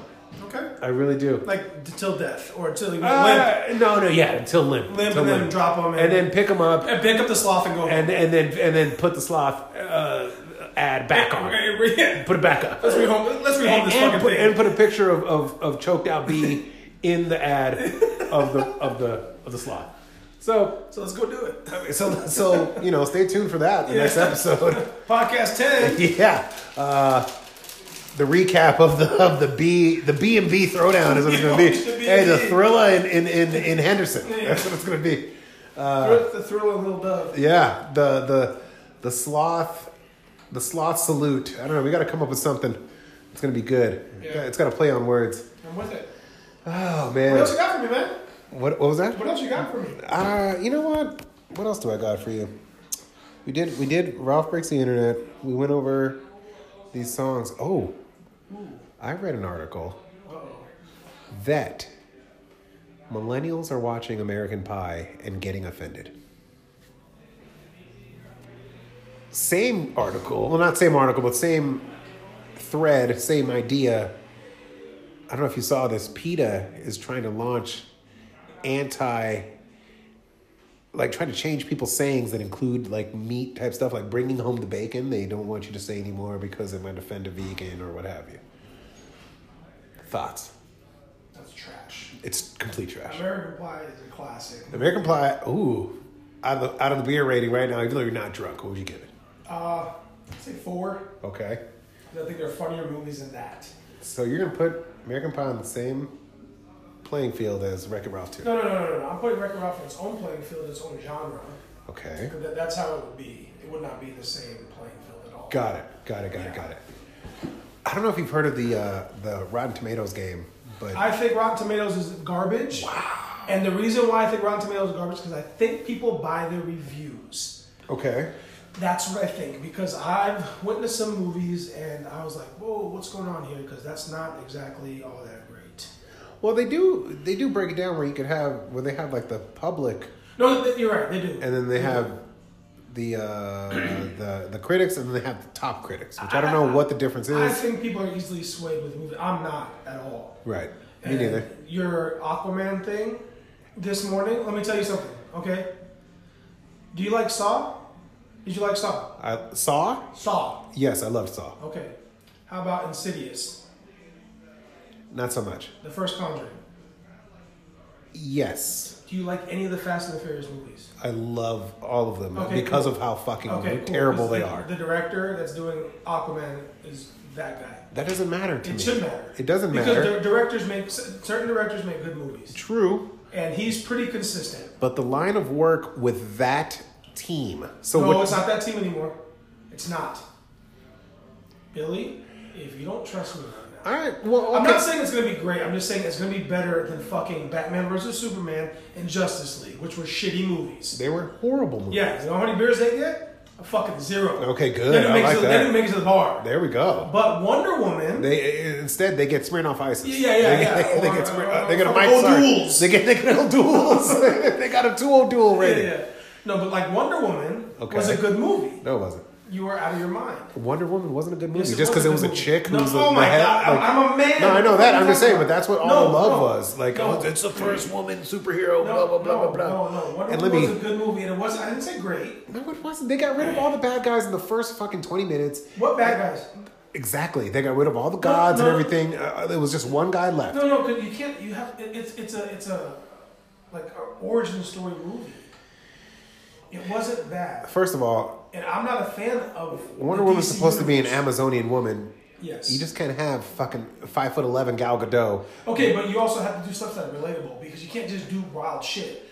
okay. I really do. Like t- till death, or till you limp, Uh, no, no, yeah, until limp, limp, Till and then drop him, and then pick him up and pick up the sloth and go. and and then and then put the sloth uh, ad back home. on. Okay, re- yeah. Put it back up. let's rehome. Let's rehome And, this and fucking put, thing. and put a picture of, of, of choked out B in the ad of the of the of the sloth. So so let's go do it. so so you know, stay tuned for that the Yeah. next episode. Podcast ten. yeah. Uh, the recap of the of the B the B and B throwdown is what it's gonna be. The B&B. Hey, the thriller in, in, in, in Henderson. Yeah. That's what it's gonna be. Thrill- the thrill and little dove. Yeah, the the the sloth the sloth salute. I don't know. We got to come up with something. It's gonna be good. Yeah. It's got to play on words. I'm with it. Oh What man, else you got for me, man? what what was that? What else you got for me? Uh, you know what? What else do I got for you? We did we did Ralph breaks the internet. We went over these songs. Oh, I read an article Uh-oh. that millennials are watching American Pie and getting offended. Same article, well, not same article, but same thread, same idea. I don't know if you saw this. PETA is trying to launch anti, like trying to change people's sayings that include like meat type stuff, like bringing home the bacon. They don't want you to say anymore because it might offend a vegan or what have you. Thoughts? That's trash. It's complete trash. American Pie is a classic. American Pie. Ooh, out of, the, out of the beer rating right now, even though you're not drunk, what would you give it? Uh, I'd say four. Okay, I think there are funnier movies than that. so you're gonna put American Pie on the same playing field as Wreck-It Ralph Two. No, no, no, no, no. I'm putting Wreck-It Ralph in its own playing field, its own genre. Okay, That, that's how it would be. It would not be the same playing field at all. got it, got it, got it, got it. I don't know if you've heard of the uh, the Rotten Tomatoes game, but I think Rotten Tomatoes is garbage. Wow. And the reason why I think Rotten Tomatoes is garbage is because I think people buy their reviews. okay, That's what I think because I've witnessed some movies and I was like, whoa, what's going on here? Because that's not exactly all that great. well they do they do break it down where you could have where they have like the public No, th- you're right, they do. and then they have the uh, the the critics, and then they have the top critics, which I don't know what the difference I is. think people are easily swayed with movies. I'm not at all. Right. Me neither. And Your Aquaman thing this morning. Let me tell you something. Okay. Do you like Saw? Did you like Saw? I, Saw? Saw. Yes, I love Saw. Okay. How about Insidious? Not so much. The first Conjuring. Yes, Do you like any of the Fast and the Furious movies? I love all of them Okay, because cool. of how fucking Okay. cool, Oh, terrible 'cause they the- are. The director that's doing Aquaman is that guy. that doesn't matter to It me. should matter. It doesn't because matter. dir- directors make certain directors make good movies, True, and he's pretty consistent. but the line of work with that team. So No, what, it's not that team anymore. It's not. Billy, if you don't trust me right now. all right. Well, okay. I'm not saying it's going to be great. I'm just saying it's going to be better than fucking Batman versus Superman and Justice League, which were shitty movies. they were horrible movies. Yeah, you know how many beers they get? A fucking zero. Okay, good. They didn't I make it like to- that. They didn't make it to the bar. There we go. But Wonder Woman. They instead they get Smirnoff ices. Yeah, yeah, They, yeah, They, they or- get Smir- uh, they or- get a or mic old sorry. duels. They get they get old duels. they got a dual duel yeah, rating. yeah. No, but like Wonder Woman Okay. was a good movie. No, it wasn't. You were out of your mind. Wonder Woman wasn't a good movie Yes, it just because it was was a a good movie. chick who No, was a, oh the my head- God, I'm- like- I'm a man. No, I know What that. are you I'm just talking saying, but about? that's what all No, the love no. was like. No. Oh, it's the first woman superhero. No, blah blah blah no, blah blah. No, no, Wonder And and let Woman was me- a good movie, and it was. I didn't say great. No, it wasn't. They got rid of all the bad guys in the first fucking twenty minutes. What bad guys? Exactly. They got rid of all the gods no. and everything. Uh, there was just one guy left. No, no, 'cause you can't. You have. It, it's it's a it's a like an origin story movie. It wasn't that, First of all, and I'm not a fan of Wonder the Woman's DC supposed to be an universe. Amazonian woman. Yes. You just can't have fucking five foot eleven Gal Gadot. okay, but you also have to do stuff that's relatable because you can't just do wild shit.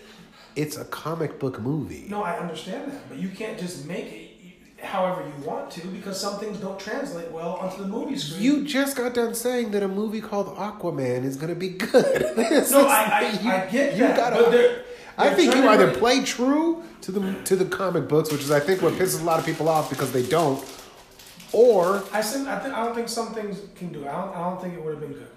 It's a comic book movie. No, I understand that, but you can't just make it however you want to because some things don't translate well onto the movie screen. You just got done saying that a movie called Aquaman is going to be good. No, I- I- I get that, but they're- I they're think you trying to either re- play true to the to the comic books, which is I think what pisses a lot of people off because they don't, or I said I, think, I don't think some things can do. it. I don't. I don't think it would have been good.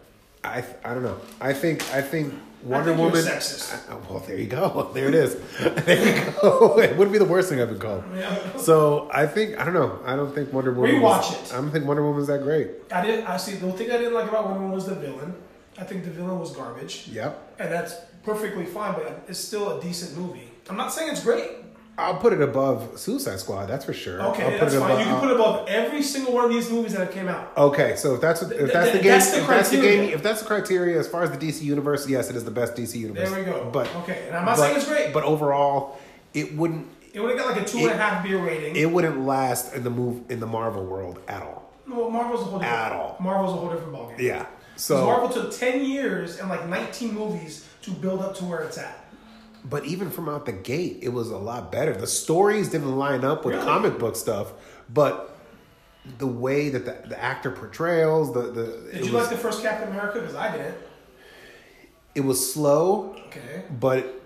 I th- I don't know. I think I think Wonder think you're Woman. sexist. I- well, there you go. There it is. There you go. It would be the worst thing I've been called. Yeah. So I think I don't know. I don't think Wonder Woman. Rewatch was- it. I don't think Wonder Woman's that great. I didn't. I see. The thing I didn't like about Wonder Woman was the villain. I think the villain was garbage, Yep. and that's perfectly fine. But it's still a decent movie. I'm not saying it's great. I'll put it above Suicide Squad. That's for sure. I'll Okay, put that's it fine. above- you can put it above every single one of these movies that have came out. Okay, so if that's what, if Th- that's the th- game, that's the if that's the criteria. game, if that's the criteria as far as the DC universe, yes, it is the best DC universe. There we go. But Okay, and I'm not but- saying it's great. But overall, it wouldn't It would have got like a two and a half beer rating. it wouldn't last in the move in the Marvel world at all. well, Marvel's a whole different, At all. Marvel's a whole different ballgame. Yeah. 'Cause So, Marvel took ten years and like 19 movies to build up to where it's at. but even from out the gate, it was a lot better. The stories didn't line up with Really? comic book stuff, but the way that the, the actor portrayals the the Did it you was like the first Captain America? Because I didn't. it was slow, Okay. but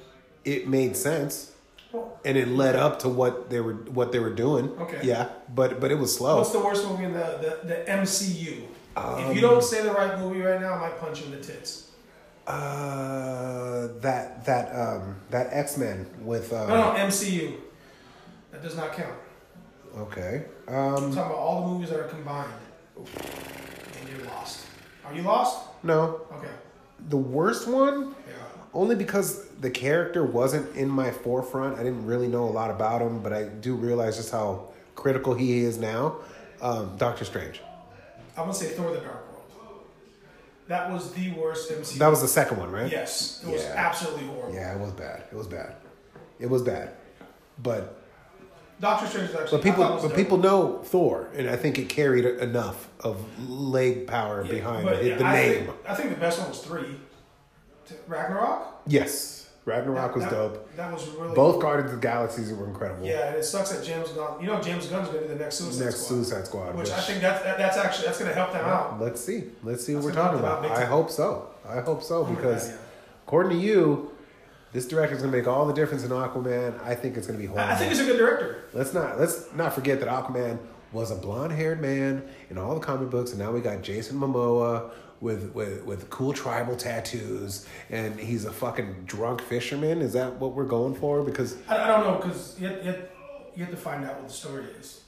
it made sense. Well, and it led up to what they were what they were doing. Okay. Yeah, but but it was slow. What's the worst movie in the, the, the MCU? if you Um, don't say the right movie right now, I might punch you in the tits. Uh, that that um that X Men with um, No, no, MCU. That does not count. okay um I'm talking about all the movies that are combined. And you're lost. Are you lost? no Okay. the worst one Yeah. only because the character wasn't in my forefront. I didn't really know a lot about him, but I do realize just how critical he is now. Um, Doctor Strange. I'm going to say Thor the Dark World. That was the worst MCU. That was the second one, right? yes. It was Yeah. absolutely horrible. Yeah, it was bad. It was bad. It was bad. But Doctor Strange is actually. But people, I thought was but dope. people know Thor, and I think it carried enough of leg power Yeah, behind but the, yeah, the I name. Think, I think the best one was three. Ragnarok? yes, Ragnarok was That- dope. That was really Both Guardians of the Galaxies were incredible. Yeah, and it sucks that James Gunn. You know, James Gunn's gonna be the next Suicide Next Squad, Suicide Squad, which I think that's that, that's actually that's gonna help them out. Let's see. Let's see what we're That's talking what I'm about. talking about, I big time. hope so. I hope so my because, God, yeah. according to you, this director's gonna make all the difference in Aquaman. I think it's gonna be horrible. I I think he's a good director. let's not let's not forget that Aquaman was a blonde-haired man in all the comic books, and now we got Jason Momoa with with with cool tribal tattoos, and he's a fucking drunk fisherman. Is that what we're going for? Because I, I don't know because yet, yet you have to find out what the story is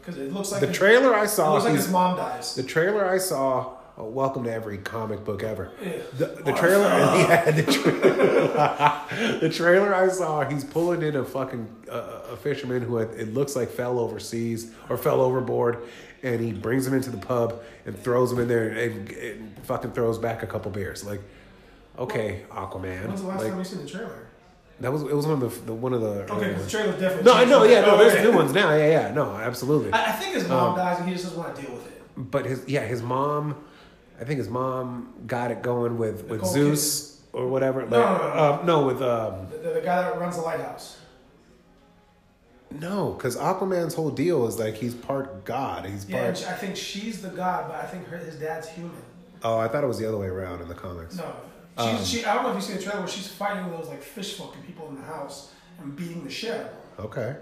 because it looks like The it- trailer I It saw. looks like is- his mom dies. The trailer I saw. Oh, welcome to every comic book ever. Yeah. Oh, The, the trailer, yeah, the trailer, the trailer I saw. He's pulling in a fucking uh, a fisherman who it it looks like fell overseas or fell overboard, and he brings him into the pub and throws him in there and, and fucking throws back a couple beers. Like, okay, Aquaman. When's the last Like, time you seen the trailer? that was it was one of the, the one of the. Okay, early the ones. trailer's different. No, I know. Yeah, no, there's Okay. new ones now. Yeah, yeah, no, absolutely. I, I think his mom dies and he just doesn't want to deal with it. but his yeah his mom i think his mom got it going with with Nicole zeus or whatever no, no, no, no. Um, no with um The, the, the guy that runs the lighthouse. no because aquaman's whole deal is like he's part god he's Yeah, and part she- I think she's the god, but I think her, his dad's human. oh i thought it was the other way around in the comics No, she's, Uh, she. I don't know if you see the trailer where she's fighting those like fish fucking people in the house and beating the shit out of them. okay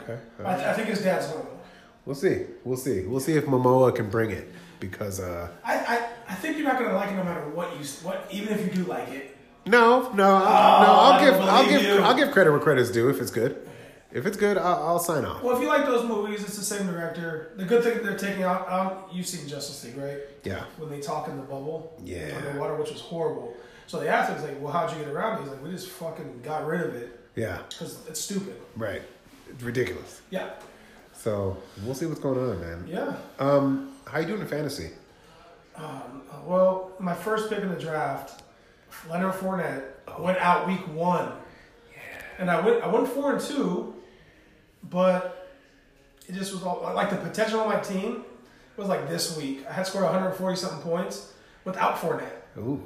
okay all I, right. th- I think his dad's normal. we'll see we'll see we'll see if momoa can bring it because uh I, I, I think you're not gonna like it no matter what you s- what even if you do like it. no no I'll, no Oh, I i'll don't give i'll believe give you. i'll give credit where credit's due if it's good if it's good i'll, I'll sign off Well, if you like those movies, it's the same director. The good thing they're taking out, um, you've seen Justice League, right? yeah When they talk in the bubble, Yeah. underwater, which was horrible. So they asked him, he's like, "Well, how'd you get around it?" He's like, "We just fucking got rid of it yeah because it's stupid." right it's ridiculous Yeah, so we'll see what's going on man yeah. Um, how you doing in fantasy? Um, well, my first pick in the draft, Leonard Fournette, went out week one, and I went I went four and two, but it just was all like the potential on my team was like this week. I had scored 140 something points without Fournette. Ooh.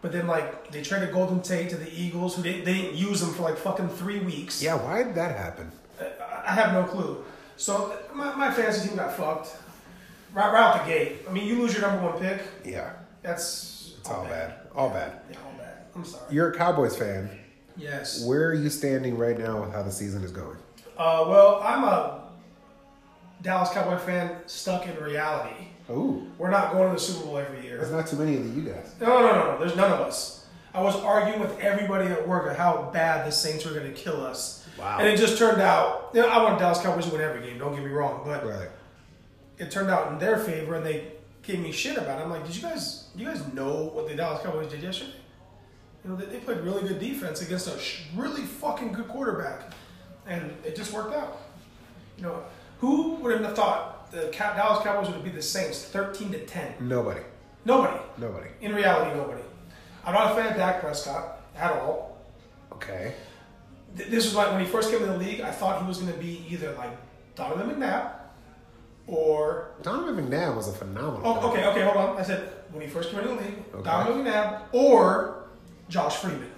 But then, like, they traded Golden Tate to the Eagles, who didn't, they didn't use him for like fucking three weeks. Yeah, why did that happen? I I have no clue. So my, my fantasy team got fucked right, right out the gate. I mean, you lose your number one pick. Yeah, That's it's all bad. All bad. Yeah, all bad. I'm sorry. You're a Cowboys fan. Yes. Where are you standing right now with how the season is going? Uh, well, I'm a Dallas Cowboy fan stuck in reality. Ooh, We're not going to the Super Bowl every year. there's not too many of you guys. No, no, no, no. There's none of us. I was arguing with everybody at work at how bad the Saints were going to kill us. Wow. And it just turned out, you know, I want Dallas Cowboys to win every game, don't get me wrong, but Right. it turned out in their favor and they gave me shit about it. I'm like, did you guys, you guys know what the Dallas Cowboys did yesterday? You know, they, they played really good defense against a sh- really fucking good quarterback, and it just worked out. You know, who would have thought the Cow- Dallas Cowboys would have beat the Saints 13 to 10? Nobody. Nobody. Nobody. In reality, nobody. I'm not a fan of Dak Prescott at all. Okay. Th- This was like when he first came in the league, I thought he was going to be either like Donovan McNabb or. Donovan McNabb was a phenomenal. Oh, player. okay, okay, hold on. I said when he first came in the league, Okay. Donovan McNabb or Josh Freeman.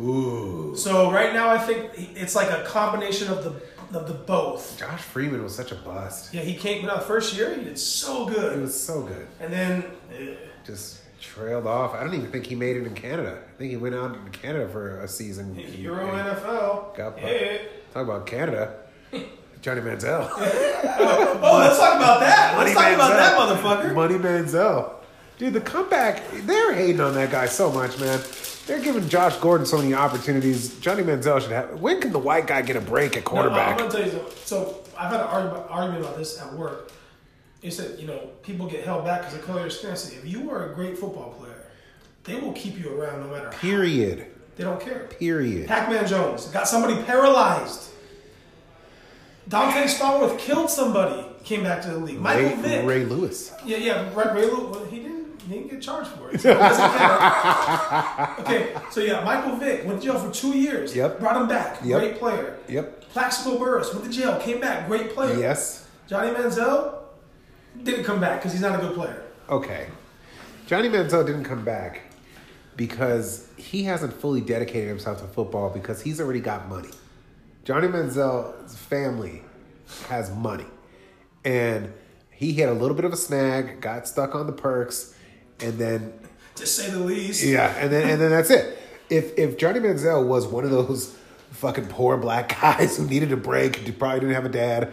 Ooh. So right now, I think he- it's like a combination of the of the both. Josh Freeman was such a bust. Yeah, he came out first year. He did so He good, was so good. and then eh, Just trailed off. I don't even think he made it in Canada. I think he went out in Canada for a season. Euro NFL. Got Yeah. Talk about Canada. Johnny Manziel. Oh, let's talk about that. Let's talk about that motherfucker. Money Manziel. Dude, the comeback, they're hating on that guy so much, man. They're giving Josh Gordon so many opportunities. Johnny Manziel should have. When can the white guy get a break at quarterback? No, I'm gonna tell you something. So I've had an argument, argument about this at work. They said, you know, people get held back because of color of your skin. I said, if you are a great football player, they will keep you around no matter. how. Period. They don't care. Period. Pac-Man Jones got somebody paralyzed. Dante Stallworth killed somebody. Came back to the league. Michael Ray, Vick. Ray Lewis. Yeah, yeah. Ray, Ray Lew- well, he didn't. He didn't get charged for it. so it doesn't count. okay, so yeah, Michael Vick went to jail for two years. Yep. Brought him back. Yep. Great player. Yep. Plaxico Burris went to jail, came back, great player. Yes. Johnny Manziel didn't come back because he's not a good player. Okay. Johnny Manziel didn't come back because he hasn't fully dedicated himself to football because he's already got money. Johnny Manziel's family has money. And he hit a little bit of a snag, got stuck on the perks, and then To say the least. yeah, and then and then that's it. If if Johnny Manziel was one of those fucking poor black guys who needed a break, who probably didn't have a dad,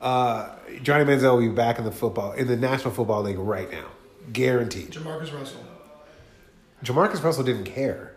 uh, Johnny Manziel would be back in the football in the National Football League right now, guaranteed. Jamarcus Russell. Jamarcus Russell didn't care.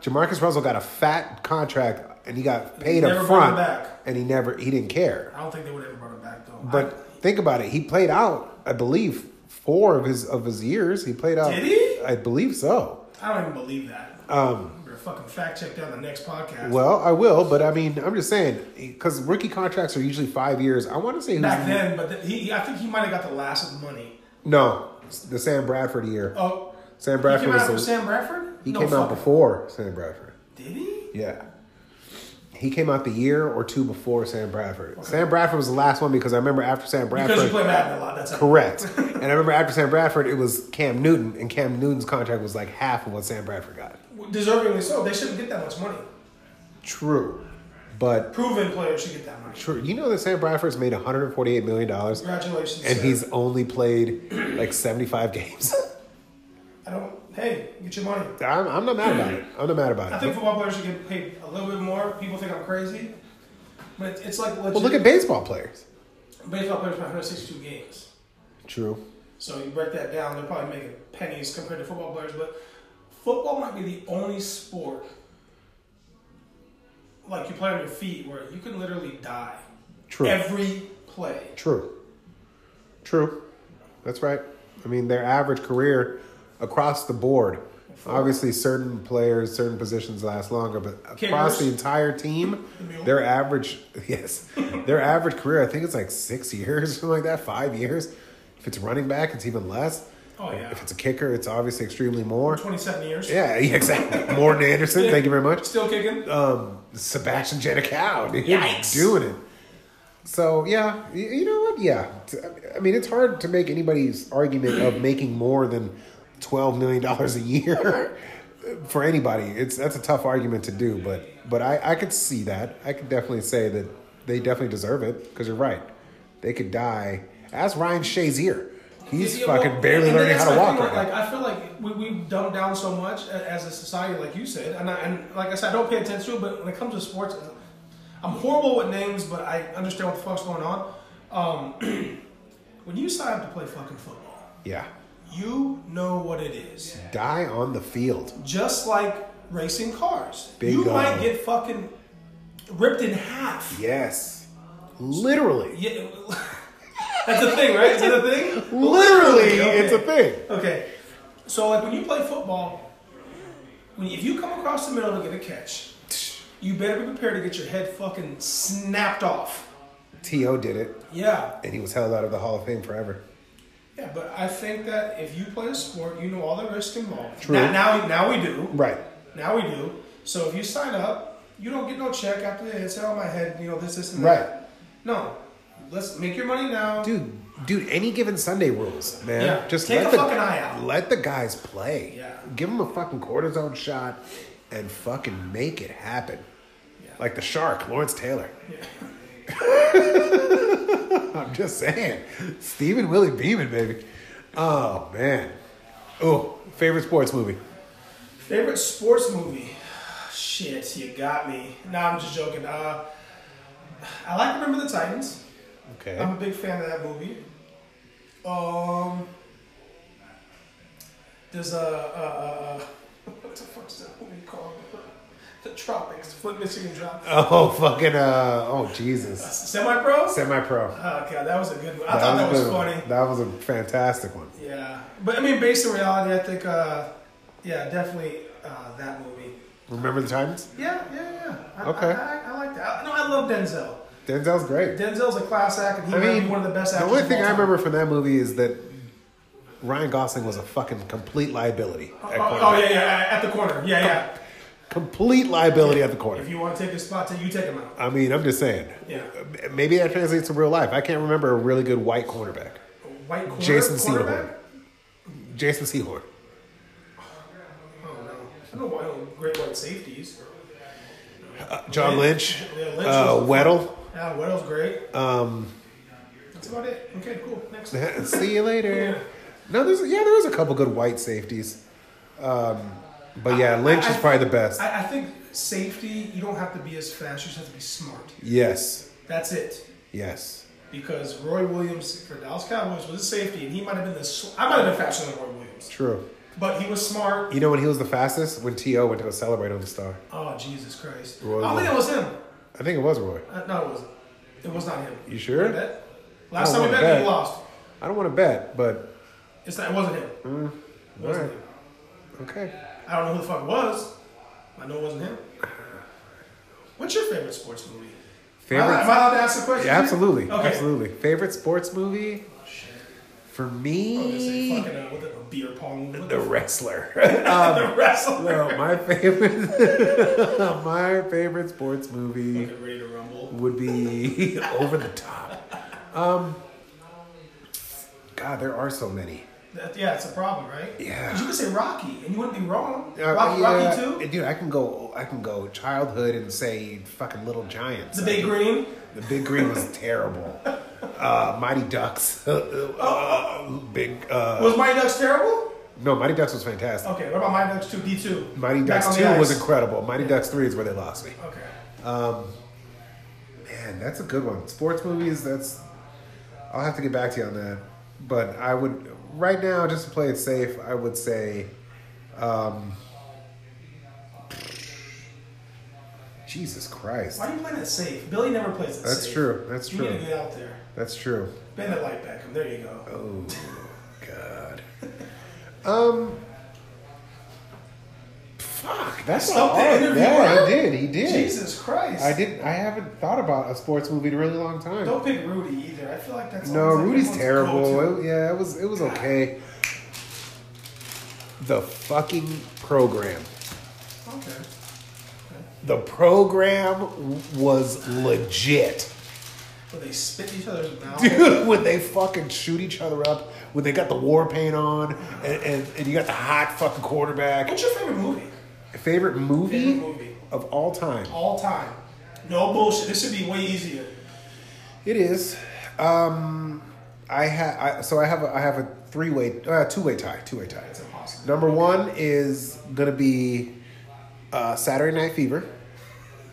Jamarcus Russell got a fat contract and he got paid never up brought him front, back. and he never he didn't care. I don't think they would ever brought him back though. But think about it. He played out, I believe, four of his of his years. He played out. Did he? I believe so. I, I don't even believe that. Um, We're fucking fact check that on the next podcast. well, I will, but I mean, I'm just saying because rookie contracts are usually five years. I want to say who's back then, but th- he, I think he might have got the last of the money. no the Sam Bradford year. Oh, Sam he Bradford came out was after the, Sam Bradford. he No came out fucking- before Sam Bradford. Did he? Yeah. He came out the year or two before Sam Bradford. Sam Bradford was the last one because I remember after Sam Because you Bradford. play Madden a lot. That's how- Correct. and I remember after Sam Bradford, it was Cam Newton, and Cam Newton's contract was like half of what Sam Bradford got. Deservingly so. They shouldn't get that much money. True. But Proven players should get that money. true. You know that Sam Bradford's made $148 million Congratulations. and sir. he's only played like 75 games. I don't. Hey, get your money. I'm, I'm not mad about it. I'm not mad I about think it. football players should get paid a little bit more. People think I'm crazy, but it's, it's like legit. Well, look at baseball players. baseball players play 162 games. True. So you break that down, they're probably making pennies compared to football players. But football might be the only sport, like you play on your feet, where you can literally die True. every play. True. True. That's right. I mean, their average career across the board. Obviously, certain players, certain positions last longer, but across Kickers. the entire team, their average yes, their average career I think it's like six years, something like that, five years. If it's running back, it's even less. Oh yeah, If it's a kicker, it's obviously extremely more. 27 years, Yeah, yeah, exactly. Morton Anderson, thank you very much still kicking. um, Sebastian Jenicow. dude. Yikes. Doing it. So, yeah, y- you know what? Yeah. T- I mean, it's hard to make anybody's argument of making more than $12 million a year for anybody. It's That's a tough argument to do, but, but I, I could see that. I could definitely say that they definitely deserve it because you're right. They could die. Ask Ryan Shazier. He's Yeah, fucking well, barely and learning that's how to my walk thing, right now. like, I feel like we, we've dumbed down so much a- as a society, like you said, and, I, and like I said, I don't pay attention to it, but when it comes to sports, I'm horrible with names, but I understand what the fuck's going on. Um, when you sign up to play fucking football, Yeah. you know what it is. Die on the field. Just like racing cars, you Bingo. might get fucking ripped in half. Yes. Literally. Yeah. That's a thing, right? Is that a thing? Literally, Okay. it's a thing. Okay. So like when you play football, when if you come across the middle to get a catch, you better be prepared to get your head fucking snapped off. T.O. did it, Yeah. and he was held out of the Hall of Fame forever. Yeah, but I think that if you play a sport, you know all the risks involved. True. Now, now, now we do. Right. Now we do. So if you sign up, you don't get no check after they say, "Oh my head, you know this, this, and that." Right. No. Let's make your money now. Dude, dude, any given Sunday rules, man. Yeah, Just take let a the, fucking eye out. Let the guys play. Yeah. Give them a fucking cortisone shot and fucking make it happen. Like the shark, Lawrence Taylor. I'm just saying. Stephen Willie Beeman, baby. Oh, man. Oh, favorite sports movie? Favorite sports movie? Shit, you got me. Nah, I'm just joking. Uh, I like Remember the Titans. Okay. I'm a big fan of that movie. Um, there's a, a, a, a what the fuck's that movie called? The Tropics, Flint, Michigan Tropics. oh, fucking, uh, oh, Jesus. Semi Pro. Semi pro. Oh god, that was a good one. I thought that was funny. That was a fantastic one. Yeah, but I mean, based on reality, I think, uh, yeah, definitely uh, that movie. Remember the Titans? Yeah, yeah, yeah. I, Okay. I, I, I like that. I, no, I love Denzel. Denzel's great. Denzel's a class act, and he I might mean, be one of the best the actors. only of thing all I time. remember from that movie is that Ryan Gosling was a fucking complete liability. At corner. Oh, oh, yeah, yeah, at the corner. Yeah, yeah. Complete liability at the corner. If you want to take a spot, take- you take him out. I mean, I'm just saying. Yeah. Maybe that translates to real life. I can't remember a really good white cornerback. White corner. Jason cornerback? Seahorn. Jason Seahorn. Oh, I don't know. I don't know why I don't great white safeties. Uh, John Lynch. Lynch. Yeah, Lynch was Uh, a- Weddle. Yeah, Weddle's great. Um, That's about it. Okay, cool. Next. See you later. No, there's yeah, there was a couple good white safeties. Um, but yeah, Lynch is I- probably the best. I, I think safety, you don't have to be as fast, you just have to be smart. Yes. That's it. Yes. Because Roy Williams for Dallas Cowboys was a safety, and he might have been the. Sl- I might have been faster than Roy Williams. True. But he was smart. You know when he was the fastest? When T.O. went to go celebrate on the star. Oh Jesus Christ! Roy I don't think it was him. I think it was Roy. Uh, No, it wasn't. It was not him. You sure? Oh We bet. Last I time we wanna bet, bet. he lost. I don't want to bet, but It's not, it wasn't him. Mm, It wasn't alright. him. okay. I don't know who the fuck it was. I know it wasn't him. What's your favorite sports movie? Am I, Favorite? am I allowed to ask the question? Yeah, absolutely, Okay. absolutely. Favorite sports movie Shit. for I'm gonna say me? fucking uh, what the a beer pong. What The the, Wrestler. the wrestler. no, my favorite. my favorite sports movie. Fucking ready to rumble. would be over the top. Um, God, there are so many. That, yeah, it's a problem, right? Yeah. 'Cause You could say Rocky, and you wouldn't be wrong. Uh, Rocky, yeah, Rocky too. dude. I can go. I can go childhood and say fucking Little Giants. The Big Green. The Big Green was terrible. Uh, Mighty Ducks. uh, big. Uh, Was Mighty Ducks terrible? no, Mighty Ducks was fantastic. Okay, what about Mighty Ducks two? D two. Mighty Ducks Two was incredible. Mighty Ducks Three is where they lost me. Okay. Man, that's a good one. Sports movies, that's. I'll have to get back to you on that. But I would, right now, just to play it safe, I would say. Um, Jesus Christ. Why are you playing it safe? Billy never plays it That's safe. true. That's you true. need to get out there. That's true. Bend it like Beckham. There you go. Oh, God. Um. Fuck. That's not Stop the hard. interview, Yeah, bro. I did. He did. Jesus Christ. I didn't. I haven't thought about a sports movie in a really long time. Don't pick Rudy either. I feel like that's No, always like Rudy's everyone's terrible. go-to. It- yeah, it was it was okay. The fucking program. Okay. The program w- was legit. But they spit in each other's mouth. Dude, when they fucking shoot each other up, when they got the war paint on, and, and, and you got the hot fucking quarterback. What's your favorite movie? Favorite movie, Favorite movie. of all time? All time. No bullshit. This should be way easier. It is. Um, I have I, so I have a, I have a three way uh, two way tie two way tie. It's impossible. Number one is gonna be uh, Saturday Night Fever.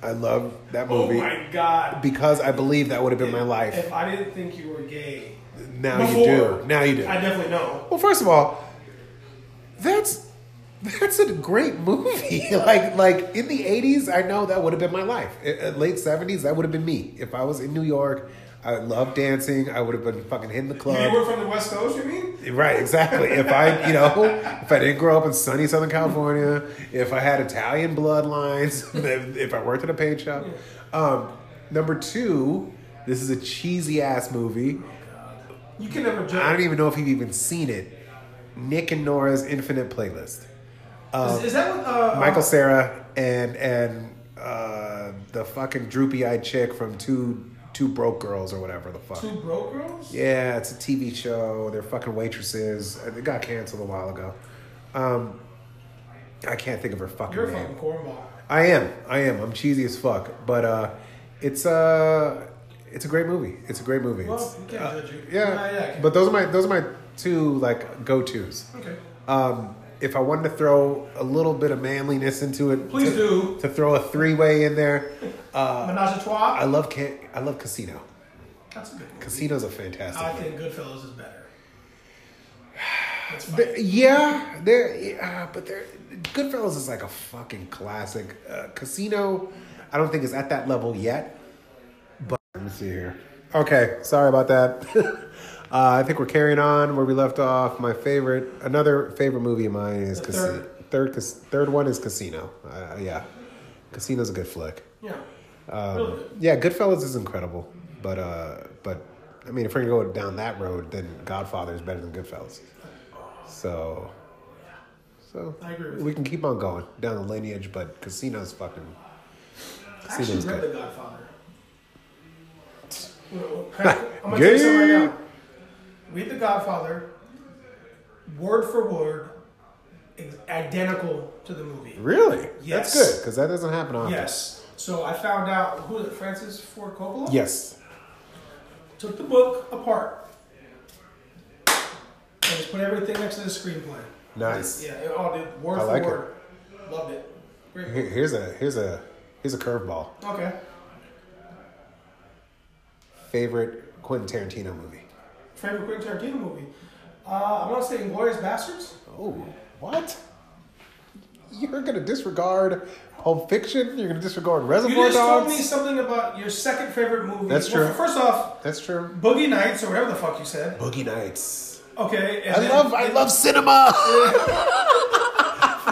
I love that Oh movie my god. because I believe that would have been my life. If I didn't think you were gay, Now you Before. do. Now you do. I definitely know. Well, first of all, that's that's a great movie. like like in the '80s, I know that would have been my life. I- uh, late '70s, that would have been me. If I was in New York, I love dancing. I would have been fucking hitting the You club. were from the West Coast, you mean? Right, exactly. If I, you know, if I didn't grow up in sunny Southern California, if I had Italian bloodlines, if if I worked at a paint shop. Um, number two, this is a cheesy ass movie. You can never I judge. don't even know if you've even seen it. Nick and Nora's Infinite Playlist. is, is that what uh, Michael uh, Sarah and and uh, the fucking droopy eyed chick from Two Two Broke Girls or whatever the fuck. Two Broke Girls? Yeah, it's a TV show. They're fucking waitresses. Uh, It got canceled a while ago. Um, I can't think of her fucking You're a name. fucking cornball. I am. I am. I'm cheesy as fuck. But uh, it's uh, it's a great movie. It's a great movie. Well, It's- we can't judge you. uh, yeah. Nah, yeah, I can. But those are my those are my two like go tos. Okay. Um, if I wanted to throw a little bit of manliness into it, Please to, do. to throw a three way in there. Menage a Trois? uh, I love can- I love Casino. That's a good movie. Casino's a fantastic. I movie. think Goodfellas is better. That's fine. The- yeah, there. Yeah, but there, Goodfellas is like a fucking classic. Uh, Casino, I don't think is at that level yet. But let me see here. Okay, sorry about that. uh, I think we're carrying on where we left off. My favorite, another favorite movie of mine is The Casino. Third, third, cas- third one is Casino. Uh, yeah, Casino's a good flick. yeah. Um, really good. Yeah, Goodfellas is incredible, but uh, but I mean, if we're gonna go down that road, then Godfather is better than Goodfellas. So, so I agree with we can keep on going down the lineage, but Casino's fucking. I actually Casino's read good. The Godfather. I'm gonna tell you something right now. Read The Godfather, word for word, is identical to the movie. Really? Yes. That's good because that doesn't happen often. Yes. So I found out who is it? Francis Ford Coppola. Yes. Took the book apart and just put everything next to the screenplay. Nice. Yeah, it all did I word for like it. word. Loved it. Great. Here- Here's a here's a here's a curveball. Okay. Favorite Quentin Tarantino movie? Favorite Quentin Tarantino movie? Uh, I'm gonna say Inglorious Bastards. Oh, What? You're gonna disregard Pulp Fiction? You're gonna disregard You Reservoir just told Dogs? me something about your second favorite movie. That's Well, true. first off, That's true. Boogie Nights or whatever the fuck you said. Boogie Nights. Okay, and I then love I love cinema.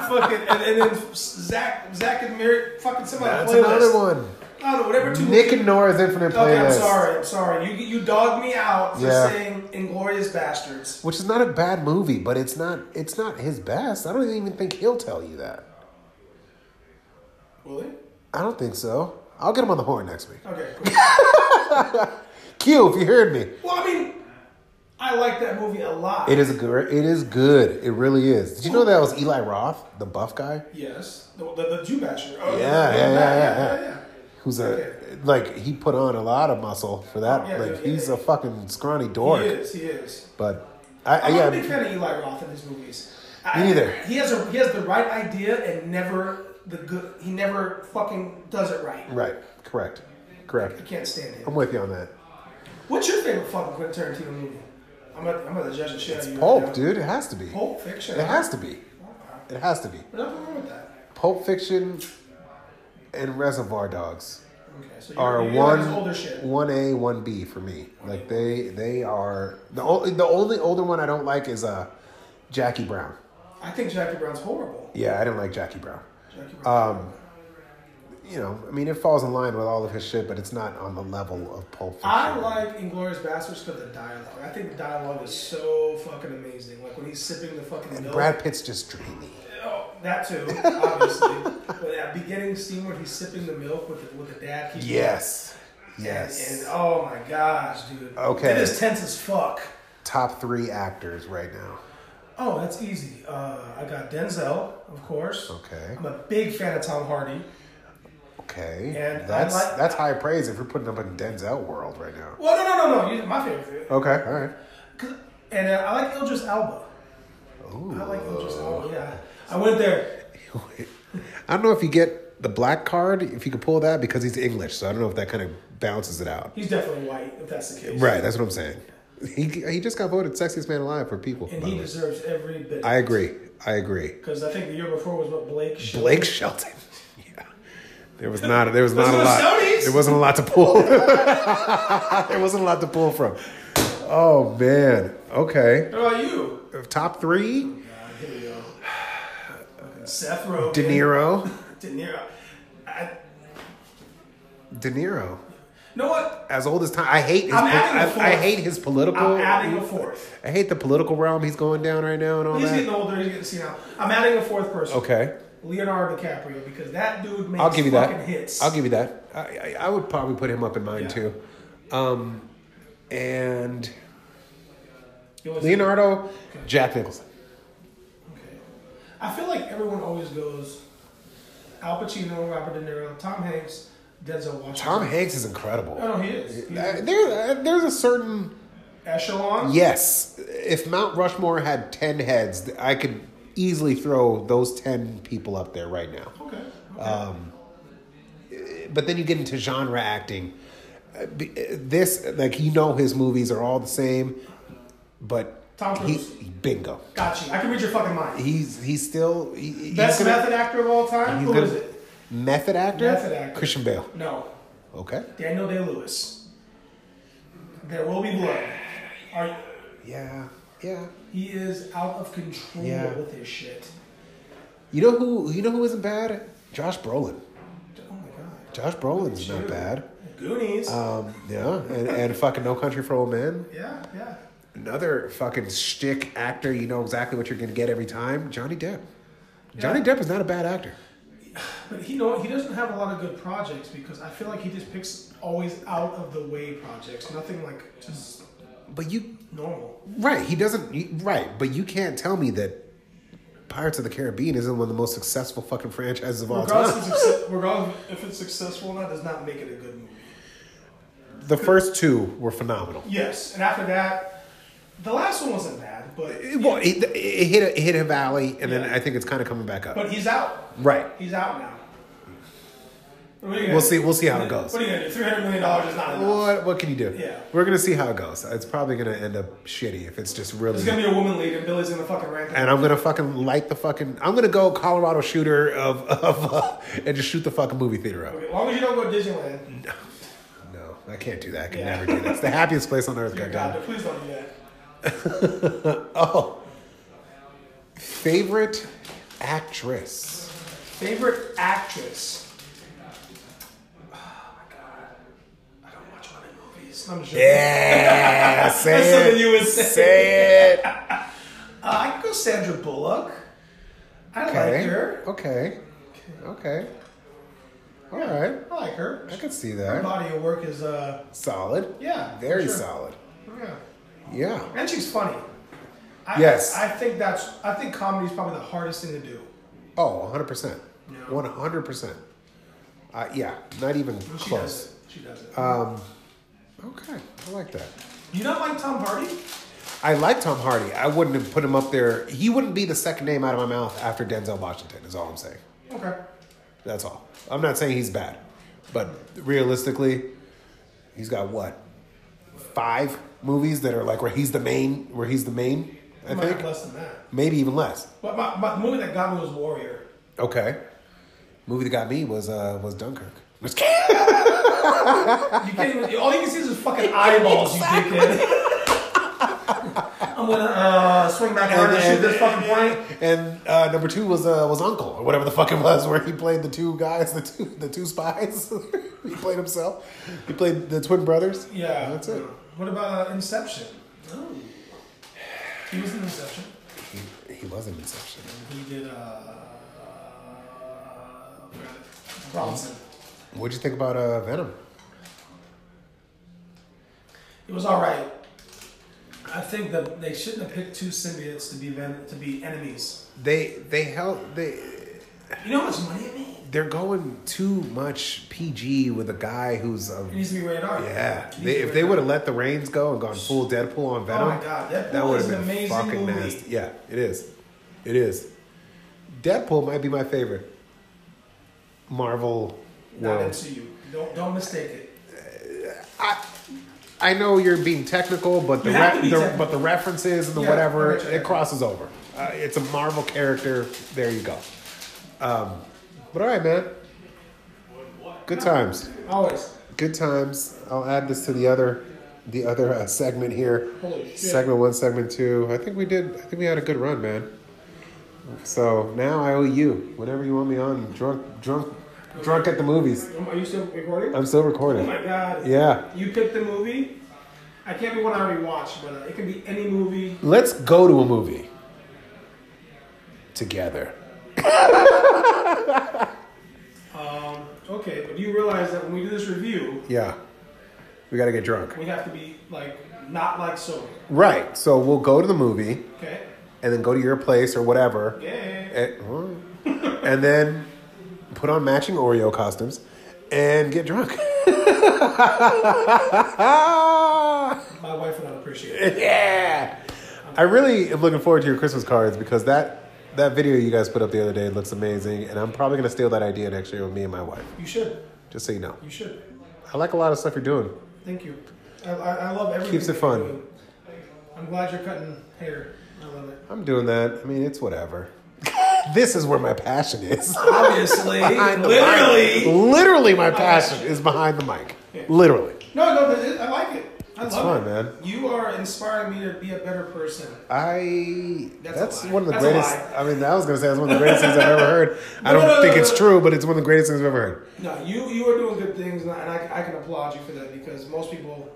fucking and, and then Zach Zach and Mary fucking somebody That's playlist. another one. I don't know whatever two. Nick and Nora's Infinite okay, Playlist. I'm sorry. I'm sorry. You you dogged me out for Yeah. saying Inglorious Bastards. Which is not a bad movie, but it's not it's not his best. I don't even think he'll tell you that. Really? I don't think so. I'll get him on the horn next week. Okay. Cool. Q, if you heard me. well, I mean, I like that movie a lot. It is good. It is good. It really is. Did you know that was Eli Roth, the buff guy, Yes. The the, the Jew basher. Oh, Yeah, yeah, yeah, yeah, yeah. yeah. who's a like he put on a lot of muscle for that. Yeah, like yeah, he's yeah. a fucking scrawny He dork. is. He is. But I, I I'm not a big yeah, fan of Eli Roth in his movies. I- Me neither. He has a, he has the right idea and never the good. He never fucking does it right. right, correct, I correct. can't stand him. I'm with you on that. What's your favorite fucking Quentin Tarantino movie? I'm about, I'm about to judge the shit out of you. right now. Pulp, dude, it has to be. Pulp Fiction. It has to be. It has to be. There's nothing wrong with that. Pulp Fiction and Reservoir Dogs. Okay, so you're, are you're one like his older shit. one A one B for me. Like they they are the only the only older one I don't like is uh Jackie Brown. I think Jackie Brown's horrible. Yeah, I didn't like Jackie Brown. Jackie Um, Brown. You know, I mean, it falls in line with all of his shit, but it's not on the level of Pulp Fiction. I like Inglorious Bastards because of the dialogue. I think the dialogue is so fucking amazing. Like when he's sipping the fucking milk. Brad Pitt's just dreamy. Oh, that too, obviously. but that beginning scene where he's sipping the milk with the, with the dad. keeps- Yes, And, yes. and- oh my gosh, dude. Okay. It is tense as fuck. Top three actors right now. Oh, that's easy. Uh, I got Denzel, of course. Okay, I'm a big fan of Tom Hardy. okay. And I That's like- that's high praise if you're putting up in Denzel world right now. Well, no, no, no, no. He's my favorite. Okay, all right. 'Cause- And uh, I like Idris Alba. I like Idris Alba. Yeah, I went there. I don't know if you get the black card if you could pull that because he's English, so I don't know if that kind of balances it out. He's definitely white, if that's the case. Right, that's what I'm saying. He he just got voted sexiest man alive for people. And by the he way. deserves every bit. I agree. I agree. Because I think the year before was what Blake. Shelton- Blake Shelton. Yeah. There was not there was not a Those lot. are Stonys. There wasn't a lot to pull. there wasn't a lot to pull from. Oh man. Okay. What about you? Top three. God, here we go. Seth Rogen. De Niro. De Niro. I, De Niro. you know what? As old as time. I hate his I'm pol- adding a I, I fourth. hate his political I'm adding a fourth. I hate the political realm he's going down right now and all He's that. getting older. He's getting senile. I'm adding a fourth person. okay, Leonardo DiCaprio because that dude makes I'll give you fucking that. hits. I'll give you that. I, I, I would probably put him up in mine Yeah. too. Um, and You know, it's- Leonardo, Jack Nicholson. Okay. I feel like everyone always goes Al Pacino, Robert De Niro, Tom Hanks, Denzel Washington. Tom Hanks is incredible. Oh, no, he is. He's Uh, there, uh, there's a certain Echelon. yes. If Mount Rushmore had ten heads, th- I could easily throw those ten people up there right now. Okay. okay. Uh, but then you get into genre acting. Uh, be- uh, This, like, you know, his movies are all the same, but Tom he, Cruise. he- bingo. Got you. I can read your fucking mind. He's he's still he- he's Best gonna- method actor of all time? he's Who gonna- is it? Method actor, Method actor. Christian Bale. No. Okay, Daniel Day Lewis. There will be blood. Are yeah, yeah. he is out of control Yeah. with his shit. You know who you know who isn't bad? Josh Brolin. Oh my god. Josh Brolin's not Shoot. bad. Goonies. Um, yeah, and, and fucking No Country for Old Men. yeah, yeah. Another fucking shtick actor. You know exactly what you're gonna get every time. Johnny Depp. Johnny Depp is not a bad actor. But he know he doesn't have a lot of good projects because I feel like he just picks always out of the way projects. Nothing like just But you normal. Right, he doesn't. you- Right, but you can't tell me that Pirates of the Caribbean isn't one of the most successful fucking franchises of all Regardless, time. of success, regardless if it's successful or not, does not make it a good movie. The first two were phenomenal. Yes, and after that, the last one wasn't bad, but It, well, it, it hit a, it hit a valley, and then Yeah. I think it's kind of coming back up. but he's out. right, He's out now. What are you gonna We'll do? see. We'll see how it goes. What are you gonna do? Three hundred million dollars is not enough. What what can you do? Yeah. We're gonna see how it goes. It's probably gonna end up shitty if it's just really. There's gonna be a woman lead, and Billy's gonna fucking rank it. and I'm gonna fucking light the fucking. I'm gonna go Colorado shooter of of uh, and just shoot the fucking movie theater up. Okay, As long as you don't go to Mm-hmm. Disneyland, No, I can't do that. I can Yeah. never do that. It's the happiest place on earth. dear goddamn. God, please don't do that. Oh. Favorite actress. Favorite actress. Oh my god, I don't watch a lot of movies. I'm sure. Yeah, say That's it. something you would say. Say it. Uh, I could go Sandra Bullock. I Okay. like her. Okay. Okay. All right. I like her. I can see Her that. body of work is uh Solid. yeah Very sure. solid. Yeah, Yeah. and she's funny. I, Yes. I think that's. I think comedy is probably the hardest thing to do. Oh, 100%. Yeah. 100%. Uh, yeah, not even She close. does it. She does it. Uh, Okay, I like that. you not like Tom Hardy? I like Tom Hardy. I wouldn't have put him up there. He wouldn't be the second name out of my mouth after Denzel Washington, is all I'm saying. Okay. That's all. I'm not saying he's bad, but realistically, he's got what five movies that are like where he's the main, where he's the main. I might think have less than that. maybe even less. But my, my the movie that got me was Warrior. Okay, movie that got me was uh was Dunkirk. You can't even, all you can see is his fucking eyeballs, you dickhead. I'm gonna uh, swing my hammer and shoot this fucking plane. And uh, number two was uh, was Uncle or whatever the fuck it was, where he played the two guys, the two the two spies. he played himself. He played the twin brothers. Yeah. that's it. What about uh, Inception? Oh. He was in Inception. He, he was in Inception. He did uh, Bronson. What'd you think about uh, Venom? It was all right. I think that they shouldn't have picked two symbiotes to be ven- to be enemies. They they held they You know how much money it made? they're going too much PG with a guy who's a It needs to be rated R. yeah. It needs They, to be if they rated would have let the reins go and gone full Deadpool on R. Venom, oh my god, Deadpool that would is have an been amazing fucking movie. nasty. Yeah, it is. It is. Deadpool might be my favorite Marvel Not world. into you. Don't don't mistake it. I know you're being technical, but the, You have to re- be the technical. but the references and the Yeah, whatever I get you, I get it you. crosses over. Uh, it's a Marvel character. There you go. Um, but all right, man. Good times. Always. good times. I'll add this to the other, the other uh, segment here. Holy shit. Segment one, segment two. I think we did. I think we had a good run, man. So now I owe you. Whenever you want me on, drunk, drunk, drunk at the movies. Are you still recording? I'm still oh recording. my god. Yeah. You picked the movie. I can't be one I already watched, but uh, it can be any movie. Let's go to a movie together. Um, okay, but you realize that when we do this review, Yeah. We gotta get drunk. we have to be like not like sober. Right. So we'll go to the movie Okay. and then go to your place or whatever. Yeah. And, and then put on matching Oreo costumes and get drunk. My wife would not appreciate it. yeah. I really am looking forward to your Christmas cards because that that video you guys put up the other day looks amazing and I'm probably going to steal that idea next year with me and my wife. You should. Just so you know. You should. I like a lot of stuff you're doing. Thank you. I, I, I love everything. Keeps it that fun. you're doing. I'm glad you're cutting hair. I love it. I'm doing that. I mean, it's whatever. this is where my passion is. Obviously, Behind the literally. mic. Literally my passion is behind the mic. Yeah. Literally. No, no, but it, I like it. I It's fun, love it. man. You are inspiring me to be a better person. I That's a that's, lie. one of the That's a greatest. lie. I mean, I was gonna say that's one of the greatest things I've ever heard. I No, don't no, no, think no, it's no. true, but it's one of the greatest things I've ever heard. No, you you are doing good things, and I, and I, I can applaud you for that because most people,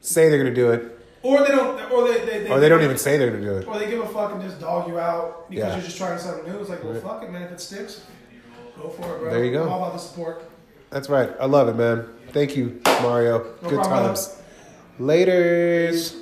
Say they're gonna do it, or they don't, or they they, or they don't even say they're gonna do it. or they give a fuck and just dog you out because Yeah. you're just trying something new. It's like, well, fuck it, man. If it sticks, go for it, bro. There you go. I'm all about the support. That's right. I love it, man. Thank you, Mario. No Good problem. times. Later's.